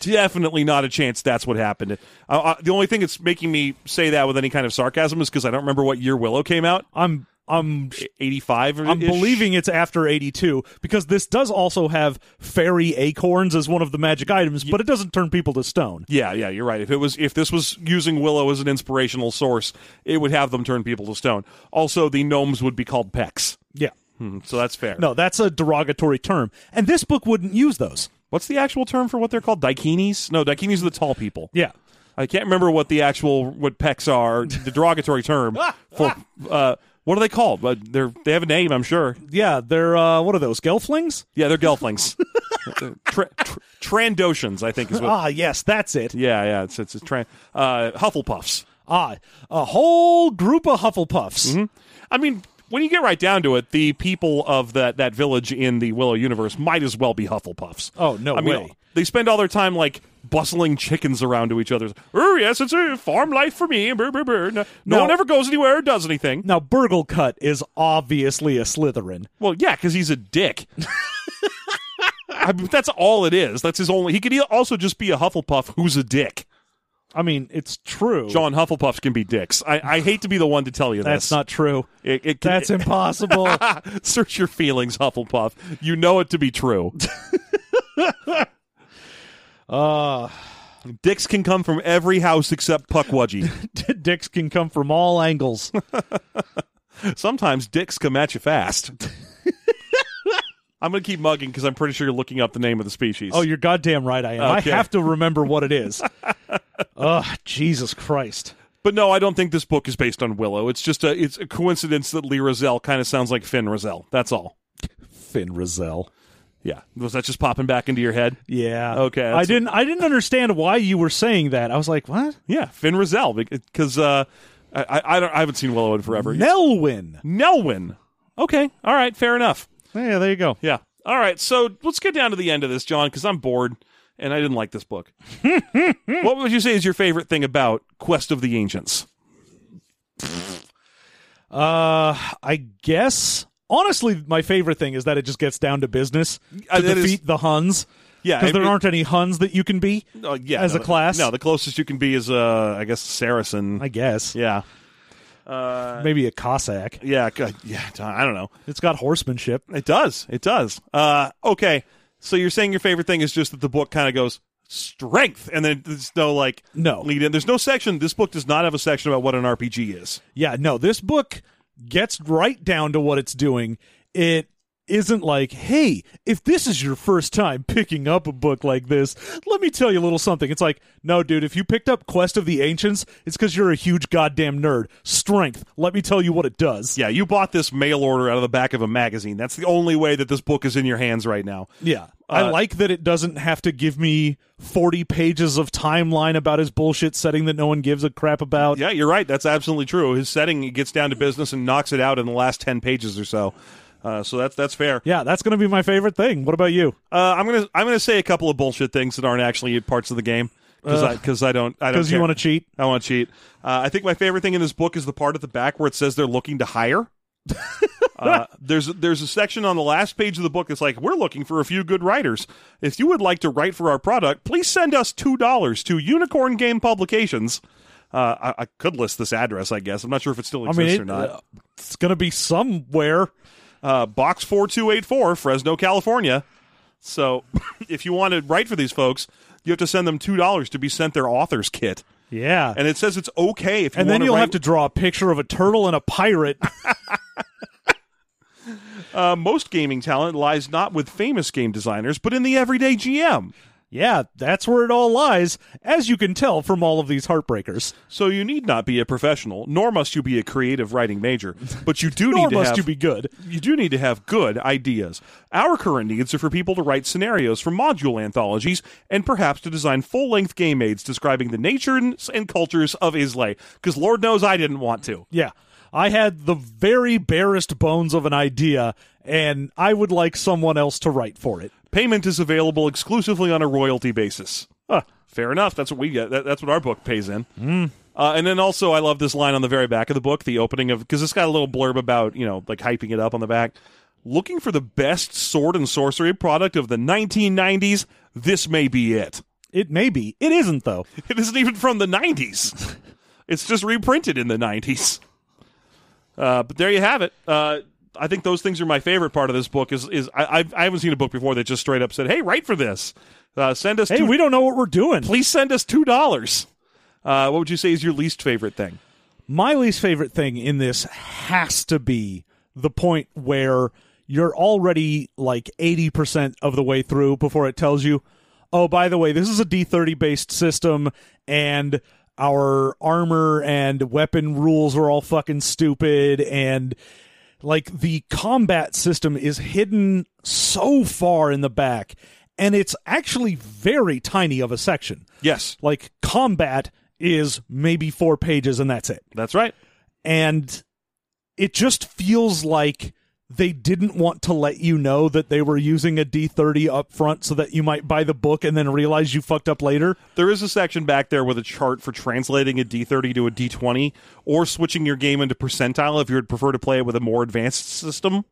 [SPEAKER 1] definitely not a chance that's what happened. Uh, uh, the only thing that's making me say that with any kind of sarcasm is because I don't remember what year Willow came out.
[SPEAKER 3] I'm I'm
[SPEAKER 1] 85 or
[SPEAKER 3] I'm believing it's after 82 because this does also have fairy acorns as one of the magic items, but it doesn't turn people to stone.
[SPEAKER 1] Yeah, yeah, you're right. If it was if this was using Willow as an inspirational source, it would have them turn people to stone. Also, the gnomes would be called pecks.
[SPEAKER 3] Yeah.
[SPEAKER 1] Hmm, so that's fair.
[SPEAKER 3] No, that's a derogatory term. And this book wouldn't use those.
[SPEAKER 1] What's the actual term for what they're called? Daikinis? No, daikinis are the tall people.
[SPEAKER 3] Yeah.
[SPEAKER 1] I can't remember what the actual what pecs are, the derogatory term
[SPEAKER 3] Ah,
[SPEAKER 1] for uh, what are they called? But they're they have a name, I'm sure.
[SPEAKER 3] Yeah, they're uh what are those? Gelflings?
[SPEAKER 1] Yeah, they're gelflings. tra- tr- Trandoshans, I think is what.
[SPEAKER 3] Ah, yes, that's it.
[SPEAKER 1] Yeah, yeah, it's it's a tran uh, Hufflepuffs.
[SPEAKER 3] Ah, a whole group of Hufflepuffs.
[SPEAKER 1] I mean, when you get right down to it, the people of that that village in the Willow universe might as well be Hufflepuffs.
[SPEAKER 3] Oh, no
[SPEAKER 1] I mean,
[SPEAKER 3] way.
[SPEAKER 1] they spend all their time like bustling chickens around to each other. Oh yes, it's a farm life for me. Brr, brr, brr. No, no
[SPEAKER 3] Now-
[SPEAKER 1] one ever goes anywhere or does anything.
[SPEAKER 3] Now, Burglecut is obviously a Slytherin.
[SPEAKER 1] Well, yeah, because he's a dick. I mean, that's all it is. That's his only. He could e- also just be a Hufflepuff who's a dick.
[SPEAKER 3] I mean, it's true.
[SPEAKER 1] John Hufflepuffs can be dicks. I, I hate to be the one to tell you
[SPEAKER 3] that's
[SPEAKER 1] this.
[SPEAKER 3] not true.
[SPEAKER 1] It, it,
[SPEAKER 3] That's impossible.
[SPEAKER 1] search your feelings, Hufflepuff. You know it to be true.
[SPEAKER 3] uh,
[SPEAKER 1] Dicks can come from every house except Puckwudgie.
[SPEAKER 3] dicks can come from all angles.
[SPEAKER 1] Sometimes dicks come at you fast. I'm going to keep mugging because I'm pretty sure you're looking up the name of the species.
[SPEAKER 3] Oh, you're goddamn right I am.
[SPEAKER 1] Okay.
[SPEAKER 3] I have to remember what it is. Ugh, Jesus Christ.
[SPEAKER 1] But no, I don't think this book is based on Willow. It's just a it's a coincidence that Lee Rozelle kind of sounds like Finn Rozelle. That's all.
[SPEAKER 3] Finn Rizal.
[SPEAKER 1] Yeah. Was that just popping back into your head?
[SPEAKER 3] Yeah.
[SPEAKER 1] Okay,
[SPEAKER 3] I
[SPEAKER 1] that's-
[SPEAKER 3] didn't I didn't understand why you were saying that. I was like, what?
[SPEAKER 1] Yeah, Finn Rozelle because uh, I, I I don't I haven't seen Willow in forever.
[SPEAKER 3] Nelwyn.
[SPEAKER 1] Nelwyn. Okay. All right. Fair enough.
[SPEAKER 3] Yeah, there you go.
[SPEAKER 1] Yeah. All right. So let's get down to the end of this, John, because I'm bored and I didn't like this book. what would you say is your favorite thing about Quest of the Ancients?
[SPEAKER 3] Uh I guess honestly my favorite thing is that it just gets down to business to
[SPEAKER 1] Uh, that is-
[SPEAKER 3] defeat the Huns.
[SPEAKER 1] Yeah,
[SPEAKER 3] Because
[SPEAKER 1] it-
[SPEAKER 3] there
[SPEAKER 1] it-
[SPEAKER 3] aren't any Huns that you can be.
[SPEAKER 1] Oh yeah,
[SPEAKER 3] As
[SPEAKER 1] no,
[SPEAKER 3] a class?
[SPEAKER 1] No, the closest you can be is uh, I guess Saracen.
[SPEAKER 3] I guess.
[SPEAKER 1] yeah. Uh,
[SPEAKER 3] Maybe a Cossack.
[SPEAKER 1] Yeah, good. yeah. I don't know.
[SPEAKER 3] It's got horsemanship.
[SPEAKER 1] It does. It does. Uh, okay. So you're saying your favorite thing is just that the book kind of goes strength, and then there's no like
[SPEAKER 3] No.
[SPEAKER 1] lead in. There's no section. This book does not have a section about what an RPG is.
[SPEAKER 3] Yeah, no, this book gets right down to what it's doing. It isn't like, hey, if this is your first time picking up a book like this, let me tell you a little something. It's like, no, dude, if you picked up Quest of the Ancients, it's because you're a huge goddamn nerd. Strength. Let me tell you what it does.
[SPEAKER 1] Yeah, you bought this mail order out of the back of a magazine. That's the only way that this book is in your hands right now.
[SPEAKER 3] Yeah. I
[SPEAKER 1] Uh,
[SPEAKER 3] like that it doesn't have to give me 40 pages of timeline about his bullshit setting that no one gives a crap about.
[SPEAKER 1] Yeah, you're right. That's absolutely true. His setting he gets down to business and knocks it out in the last ten pages or so. Uh, so that's that's fair.
[SPEAKER 3] Yeah, that's going to be my favorite thing. What about you?
[SPEAKER 1] Uh, I'm gonna I'm gonna say a couple of bullshit things that aren't actually parts of the game because I because I don't I don't
[SPEAKER 3] Uh, Because you
[SPEAKER 1] care.
[SPEAKER 3] want to cheat?
[SPEAKER 1] I want to cheat. Uh, I think my favorite thing in this book is the part at the back where it says they're looking to hire. uh, there's there's a section on the last page of the book that's like we're looking for a few good writers. If you would like to write for our product, please send us two dollars to Unicorn Game Publications. Uh, I, I could list this address, I guess. I'm not sure if it still
[SPEAKER 3] I
[SPEAKER 1] exists
[SPEAKER 3] mean,
[SPEAKER 1] or
[SPEAKER 3] it,
[SPEAKER 1] not.
[SPEAKER 3] uh, it's going to be somewhere.
[SPEAKER 1] uh, box 4284 fresno california so if you want to write for these folks you have to send them $2 to be sent their author's kit
[SPEAKER 3] Yeah.
[SPEAKER 1] and it says it's okay if you want
[SPEAKER 3] And then you'll
[SPEAKER 1] write,
[SPEAKER 3] have to draw a picture of a turtle and a pirate.
[SPEAKER 1] uh, most gaming talent lies not with famous game designers but in the everyday gm
[SPEAKER 3] Yeah, that's where it all lies, as you can tell from all of these heartbreakers.
[SPEAKER 1] So you need not be a professional, nor must you be a creative writing major, but you do
[SPEAKER 3] Nor
[SPEAKER 1] need to
[SPEAKER 3] must
[SPEAKER 1] have
[SPEAKER 3] you be good.
[SPEAKER 1] you do need to have good ideas. Our current needs are for people to write scenarios for module anthologies and perhaps to design full length game aids describing the nature and, and cultures of Islay, because Lord knows I didn't want to.
[SPEAKER 3] Yeah. I had the very barest bones of an idea, and I would like someone else to write for it.
[SPEAKER 1] Payment is available exclusively on a royalty basis. Huh. Fair enough. That's what we get. That, that's what our book pays in. Uh, and then also, I love this line on the very back of the book, the opening of because it's got a little blurb about you know like hyping it up on the back. Looking for the best sword and sorcery product of the 1990s. This may be it.
[SPEAKER 3] It may be. It isn't, though.
[SPEAKER 1] It isn't even from the 90s. It's just reprinted in the 90s. Uh, but there you have it. Uh, I think those things are my favorite part of this book. Is is I I've, I haven't seen a book before that just straight up said, "Hey, write for this. Uh, send us
[SPEAKER 3] Hey,
[SPEAKER 1] two,
[SPEAKER 3] we don't know what we're doing.
[SPEAKER 1] please send us two dollars." Uh, what would you say is your least favorite thing?
[SPEAKER 3] My least favorite thing in this has to be the point where you're already like 80% of the way through before it tells you, oh, by the way, this is a D30 based system and our armor and weapon rules are all fucking stupid and like the combat system is hidden so far in the back and it's actually very tiny of a section.
[SPEAKER 1] Yes,
[SPEAKER 3] Like combat is maybe four pages and that's it
[SPEAKER 1] that's right.
[SPEAKER 3] and it just feels like they didn't want to let you know that they were using a D30 up front so that you might buy the book and then realize you fucked up later.
[SPEAKER 1] There is a section back there with a chart for translating a D30 to a D20 or switching your game into percentile if you would prefer to play it with a more advanced system.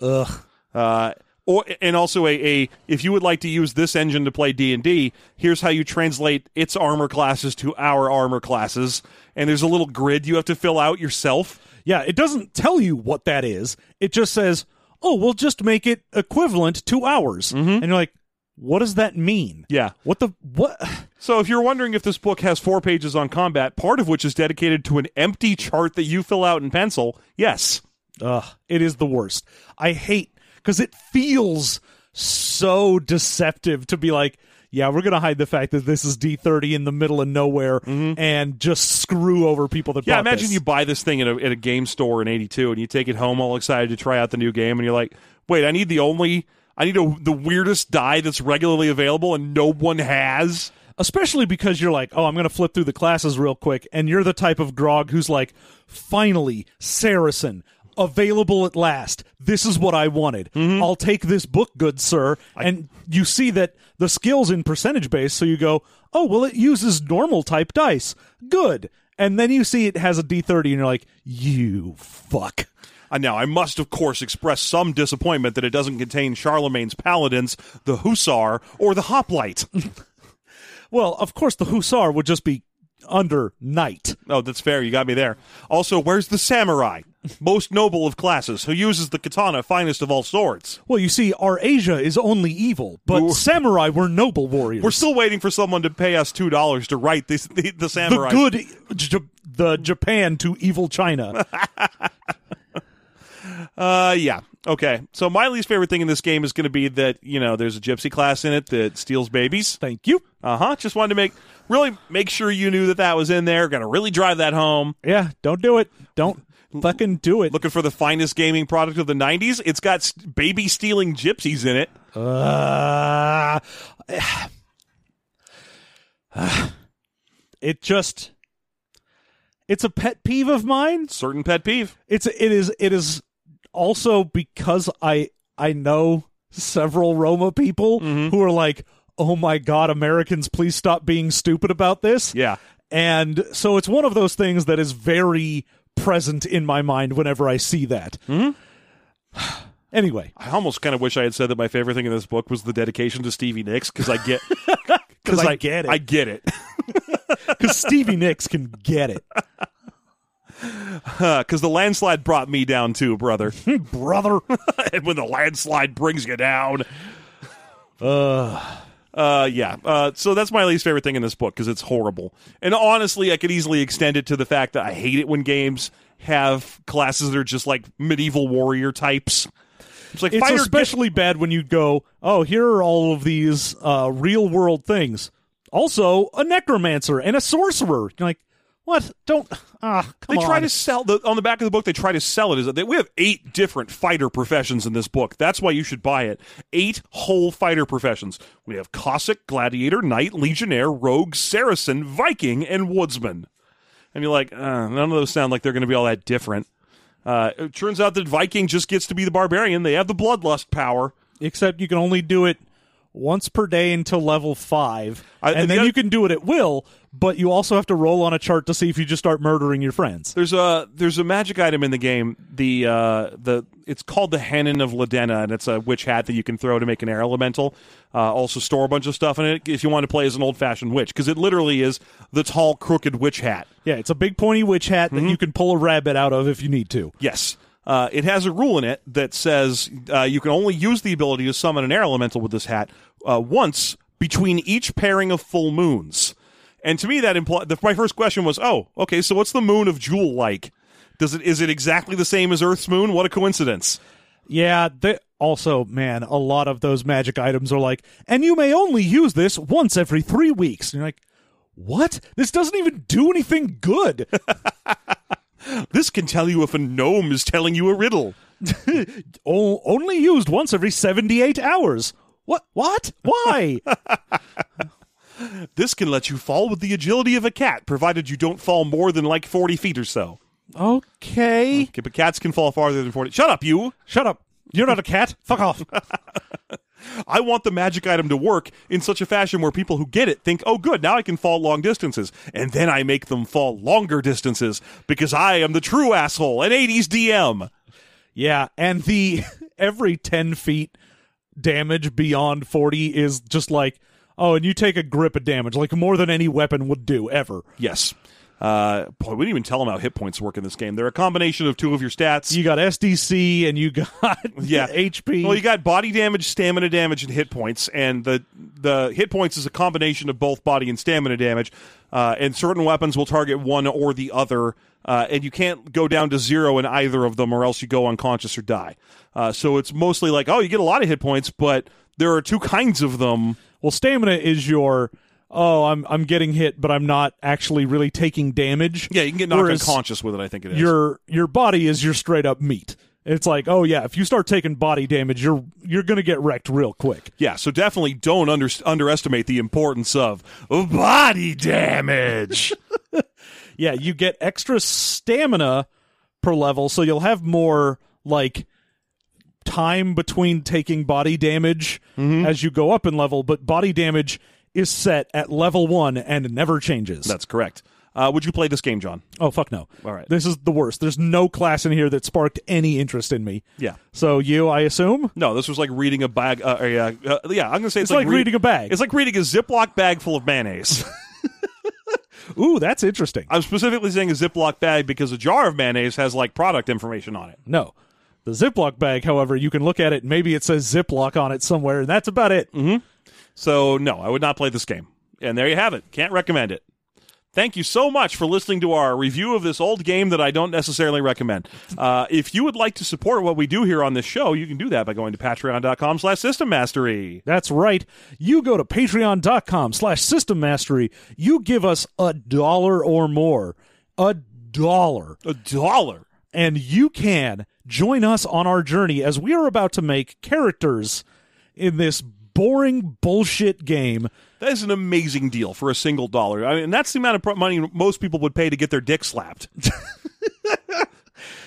[SPEAKER 3] Ugh.
[SPEAKER 1] uh, or and also a, a if you would like to use this engine to play D and D, here's how you translate its armor classes to our armor classes. And there's a little grid you have to fill out yourself.
[SPEAKER 3] Yeah, it doesn't tell you what that is. It just says, "Oh, we'll just make it equivalent to ours." And you're like, "What does that mean?"
[SPEAKER 1] Yeah.
[SPEAKER 3] What the what
[SPEAKER 1] So if you're wondering if this book has four pages on combat, part of which is dedicated to an empty chart that you fill out in pencil, yes.
[SPEAKER 3] Ugh, it is the worst. I hate because it feels so deceptive to be like, yeah, we're gonna hide the fact that this is D thirty in the middle of nowhere and just screw over people that.
[SPEAKER 1] Mm-hmm. Yeah,
[SPEAKER 3] bought
[SPEAKER 1] imagine
[SPEAKER 3] this.
[SPEAKER 1] you buy this thing at a, at a game store in '82, and you take it home all excited to try out the new game, and you're like, "Wait, I need the only, I need a, the weirdest die that's regularly available, and no one has."
[SPEAKER 3] especially because you're like, oh, I'm gonna flip through the classes real quick, and you're the type of grog who's like, finally, Saracen. Available at last. This is what I wanted. I'll take this book, good sir. and you see that the skill's in percentage base, so you go, oh, well, it uses normal type dice. Good. And then you see it has a D30, and you're like, you fuck.
[SPEAKER 1] Uh, Now, I must, of course, express some disappointment that it doesn't contain Charlemagne's paladins, the hussar, or the hoplite.
[SPEAKER 3] Well, of course, the Hussar would just be under knight.
[SPEAKER 1] oh, that's fair. You got me there. Also, where's the samurai, most noble of classes, who uses the katana, finest of all swords?
[SPEAKER 3] Well, you see, our Asia is only evil, but samurai were noble warriors.
[SPEAKER 1] We're still waiting for someone to pay us two dollars to write this, the the
[SPEAKER 3] the
[SPEAKER 1] samurai.
[SPEAKER 3] good, J- the Japan to evil China.
[SPEAKER 1] Uh, yeah. Okay. So my least favorite thing in this game is going to be that you know there's a gypsy class in it that steals babies.
[SPEAKER 3] Thank you.
[SPEAKER 1] Uh huh. Just wanted to make really make sure you knew that that was in there. Got to really drive that home.
[SPEAKER 3] Yeah, don't do it. Don't fucking do it.
[SPEAKER 1] looking for the finest gaming product of the 90s it's got s- baby stealing gypsies in it
[SPEAKER 3] Uh, it just, it's a pet peeve of mine.
[SPEAKER 1] certain pet peeve
[SPEAKER 3] It's it is it is also because I I know several Roma people who are like, "Oh my god, Americans, please stop being stupid about this."
[SPEAKER 1] yeah
[SPEAKER 3] And so it's one of those things that is very present in my mind whenever I see that. anyway,
[SPEAKER 1] Mm-hmm. i almost kind of wish i had said that my favorite thing in this book was the dedication to stevie nicks because i get because
[SPEAKER 3] I get it.
[SPEAKER 1] i get it
[SPEAKER 3] because Stevie Nicks can get it,
[SPEAKER 1] because the landslide brought me down too brother
[SPEAKER 3] brother.
[SPEAKER 1] and when the landslide brings you down
[SPEAKER 3] Uh,
[SPEAKER 1] uh yeah uh so that's my least favorite thing in this book because it's horrible and honestly i could easily extend it to the fact that i hate it when games have classes that are just like medieval warrior types It's like
[SPEAKER 3] it's
[SPEAKER 1] fighter
[SPEAKER 3] especially bad when you go, oh, here are all of these uh, real world things. Also, a necromancer and a sorcerer. You're like, what? Don't ah, come
[SPEAKER 1] They
[SPEAKER 3] on.
[SPEAKER 1] try to sell the on the back of the book. They try to sell it as that we have eight different fighter professions in this book. That's why you should buy it. Eight whole fighter professions. We have Cossack, Gladiator, Knight, Legionnaire, Rogue, Saracen, Viking, and Woodsman. And you're like, uh, none of those sound like they're going to be all that different. Uh, it turns out that Viking just gets to be the barbarian. They have the bloodlust power.
[SPEAKER 3] Except you can only do it once per day until level five,
[SPEAKER 1] I-
[SPEAKER 3] and
[SPEAKER 1] and the
[SPEAKER 3] then
[SPEAKER 1] other-
[SPEAKER 3] you can do it at will. But you also have to roll on a chart to see if you just start murdering your friends.
[SPEAKER 1] There's a there's a magic item in the game. The uh, the it's called the Hannon of Ladena, and it's a witch hat that you can throw to make an air elemental. Uh, also store a bunch of stuff in it if you want to play as an old fashioned witch, because it literally is the tall crooked witch hat.
[SPEAKER 3] Yeah, it's a big pointy witch hat that
[SPEAKER 1] Mm-hmm.
[SPEAKER 3] you can pull a rabbit out of if you need to.
[SPEAKER 1] Yes. Uh, it has a rule in it that says uh, you can only use the ability to summon an air elemental with this hat uh, once between each pairing of full moons. And to me, that implies my first question was, oh, okay, so what's the moon of Jewel like? Does it is it exactly the same as Earth's moon? What a coincidence!
[SPEAKER 3] Yeah, they, also, man, a lot of those magic items are like, and you may only use this once every three weeks. And you're like, what? This doesn't even do anything good.
[SPEAKER 1] This can tell you if a gnome is telling you a riddle.
[SPEAKER 3] o- only used once every 78 hours. What? What? Why?
[SPEAKER 1] This can let you fall with the agility of a cat, provided you don't fall more than like forty feet or so.
[SPEAKER 3] okay.
[SPEAKER 1] Okay, but cats can fall farther than forty. Shut up, you!
[SPEAKER 3] Shut up. You're not a cat. Fuck off.
[SPEAKER 1] I want the magic item to work in such a fashion where people who get it think, oh, good, now I can fall long distances. And then I make them fall longer distances because I am the true asshole, an 80s DM.
[SPEAKER 3] Yeah, and the every 10 feet damage beyond 40 is just like, oh, and you take a grip of damage, like more than any weapon would do ever.
[SPEAKER 1] Yes. Uh, boy, we didn't even tell them how hit points work in this game. They're a combination of two of your stats.
[SPEAKER 3] You got SDC and you got
[SPEAKER 1] yeah,
[SPEAKER 3] HP.
[SPEAKER 1] Well, you got body damage, stamina damage, and hit points, and the the hit points is a combination of both body and stamina damage. Uh, and certain weapons will target one or the other, uh, and you can't go down to zero in either of them, or else you go unconscious or die. Uh, so it's mostly like, oh, you get a lot of hit points, but there are two kinds of them.
[SPEAKER 3] well, stamina is your oh, I'm I'm getting hit, but I'm not actually really taking damage.
[SPEAKER 1] Yeah, you can get knocked
[SPEAKER 3] Whereas
[SPEAKER 1] unconscious with it. I think it is.
[SPEAKER 3] Your your body is your straight up meat. It's like, oh yeah, if you start taking body damage, you're you're gonna get wrecked real quick.
[SPEAKER 1] yeah, so definitely don't under- underestimate the importance of body damage.
[SPEAKER 3] Yeah, you get extra stamina per level, so you'll have more like time between taking body damage
[SPEAKER 1] Mm-hmm.
[SPEAKER 3] as you go up in level, but body damage is set at level one and never changes.
[SPEAKER 1] That's correct. Uh, would you play this game, John?
[SPEAKER 3] Oh fuck no!
[SPEAKER 1] All right.
[SPEAKER 3] this is the worst. There's no class in here that sparked any interest in me.
[SPEAKER 1] Yeah.
[SPEAKER 3] So you, I assume,
[SPEAKER 1] No, this was like reading a bag. Uh, a, uh, uh, yeah, I'm gonna say it's,
[SPEAKER 3] it's like,
[SPEAKER 1] read-
[SPEAKER 3] reading a bag.
[SPEAKER 1] It's like reading a Ziploc bag full of mayonnaise.
[SPEAKER 3] Ooh, that's interesting.
[SPEAKER 1] I'm specifically saying a Ziploc bag because a jar of mayonnaise has like product information on it.
[SPEAKER 3] no, the Ziploc bag, however, you can look at it. and Maybe it says Ziploc on it somewhere, and that's about it.
[SPEAKER 1] So no, I would not play this game. And there you have it. Can't recommend it. Thank you so much for listening to our review of this old game that I don't necessarily recommend. Uh, if you would like to support what we do here on this show, you can do that by going to patreon.com slash system mastery.
[SPEAKER 3] That's right. You go to patreon.com slash system mastery. You give us a dollar or more. A dollar.
[SPEAKER 1] A dollar.
[SPEAKER 3] and you can join us on our journey as we are about to make characters in this boring bullshit game.
[SPEAKER 1] That is an amazing deal for a single dollar. I mean, that's the amount of pro- money most people would pay to get their dick slapped.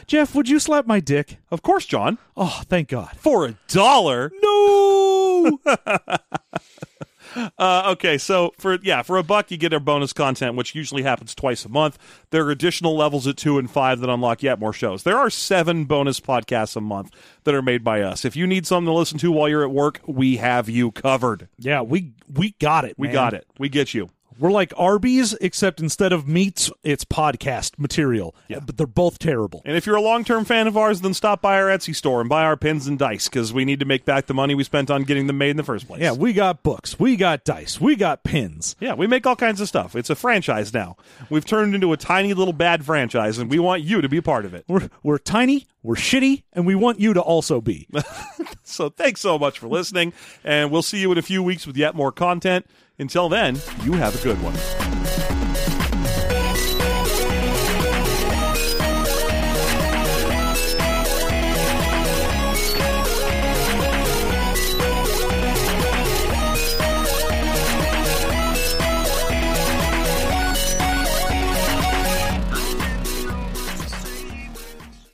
[SPEAKER 3] Jeff, would you slap my dick?
[SPEAKER 1] Of course, John.
[SPEAKER 3] Oh, thank God.
[SPEAKER 1] For a dollar? No. uh, okay, so for yeah, for a buck you get our bonus content, which usually happens twice a month. There are additional levels at two and five that unlock yet more shows. There are seven bonus podcasts a month that are made by us. If you need something to listen to while you're at work, we have you covered.
[SPEAKER 3] Yeah, we we got it.
[SPEAKER 1] We got it. We get you.
[SPEAKER 3] We're like Arby's, except instead of meats, it's podcast material. Yeah. But they're both terrible.
[SPEAKER 1] And if you're a long-term fan of ours, then stop by our Etsy store and buy our pins and dice because we need to make back the money we spent on getting them made in the first place.
[SPEAKER 3] Yeah, we got books, we got dice, we got pins.
[SPEAKER 1] Yeah, we make all kinds of stuff. It's a franchise now. We've turned into a tiny little bad franchise, and we want you to be part of it.
[SPEAKER 3] We're, we're tiny, we're shitty, and we want you to also be.
[SPEAKER 1] So thanks so much for listening, and we'll see you in a few weeks with yet more content. Until then, you have a good one.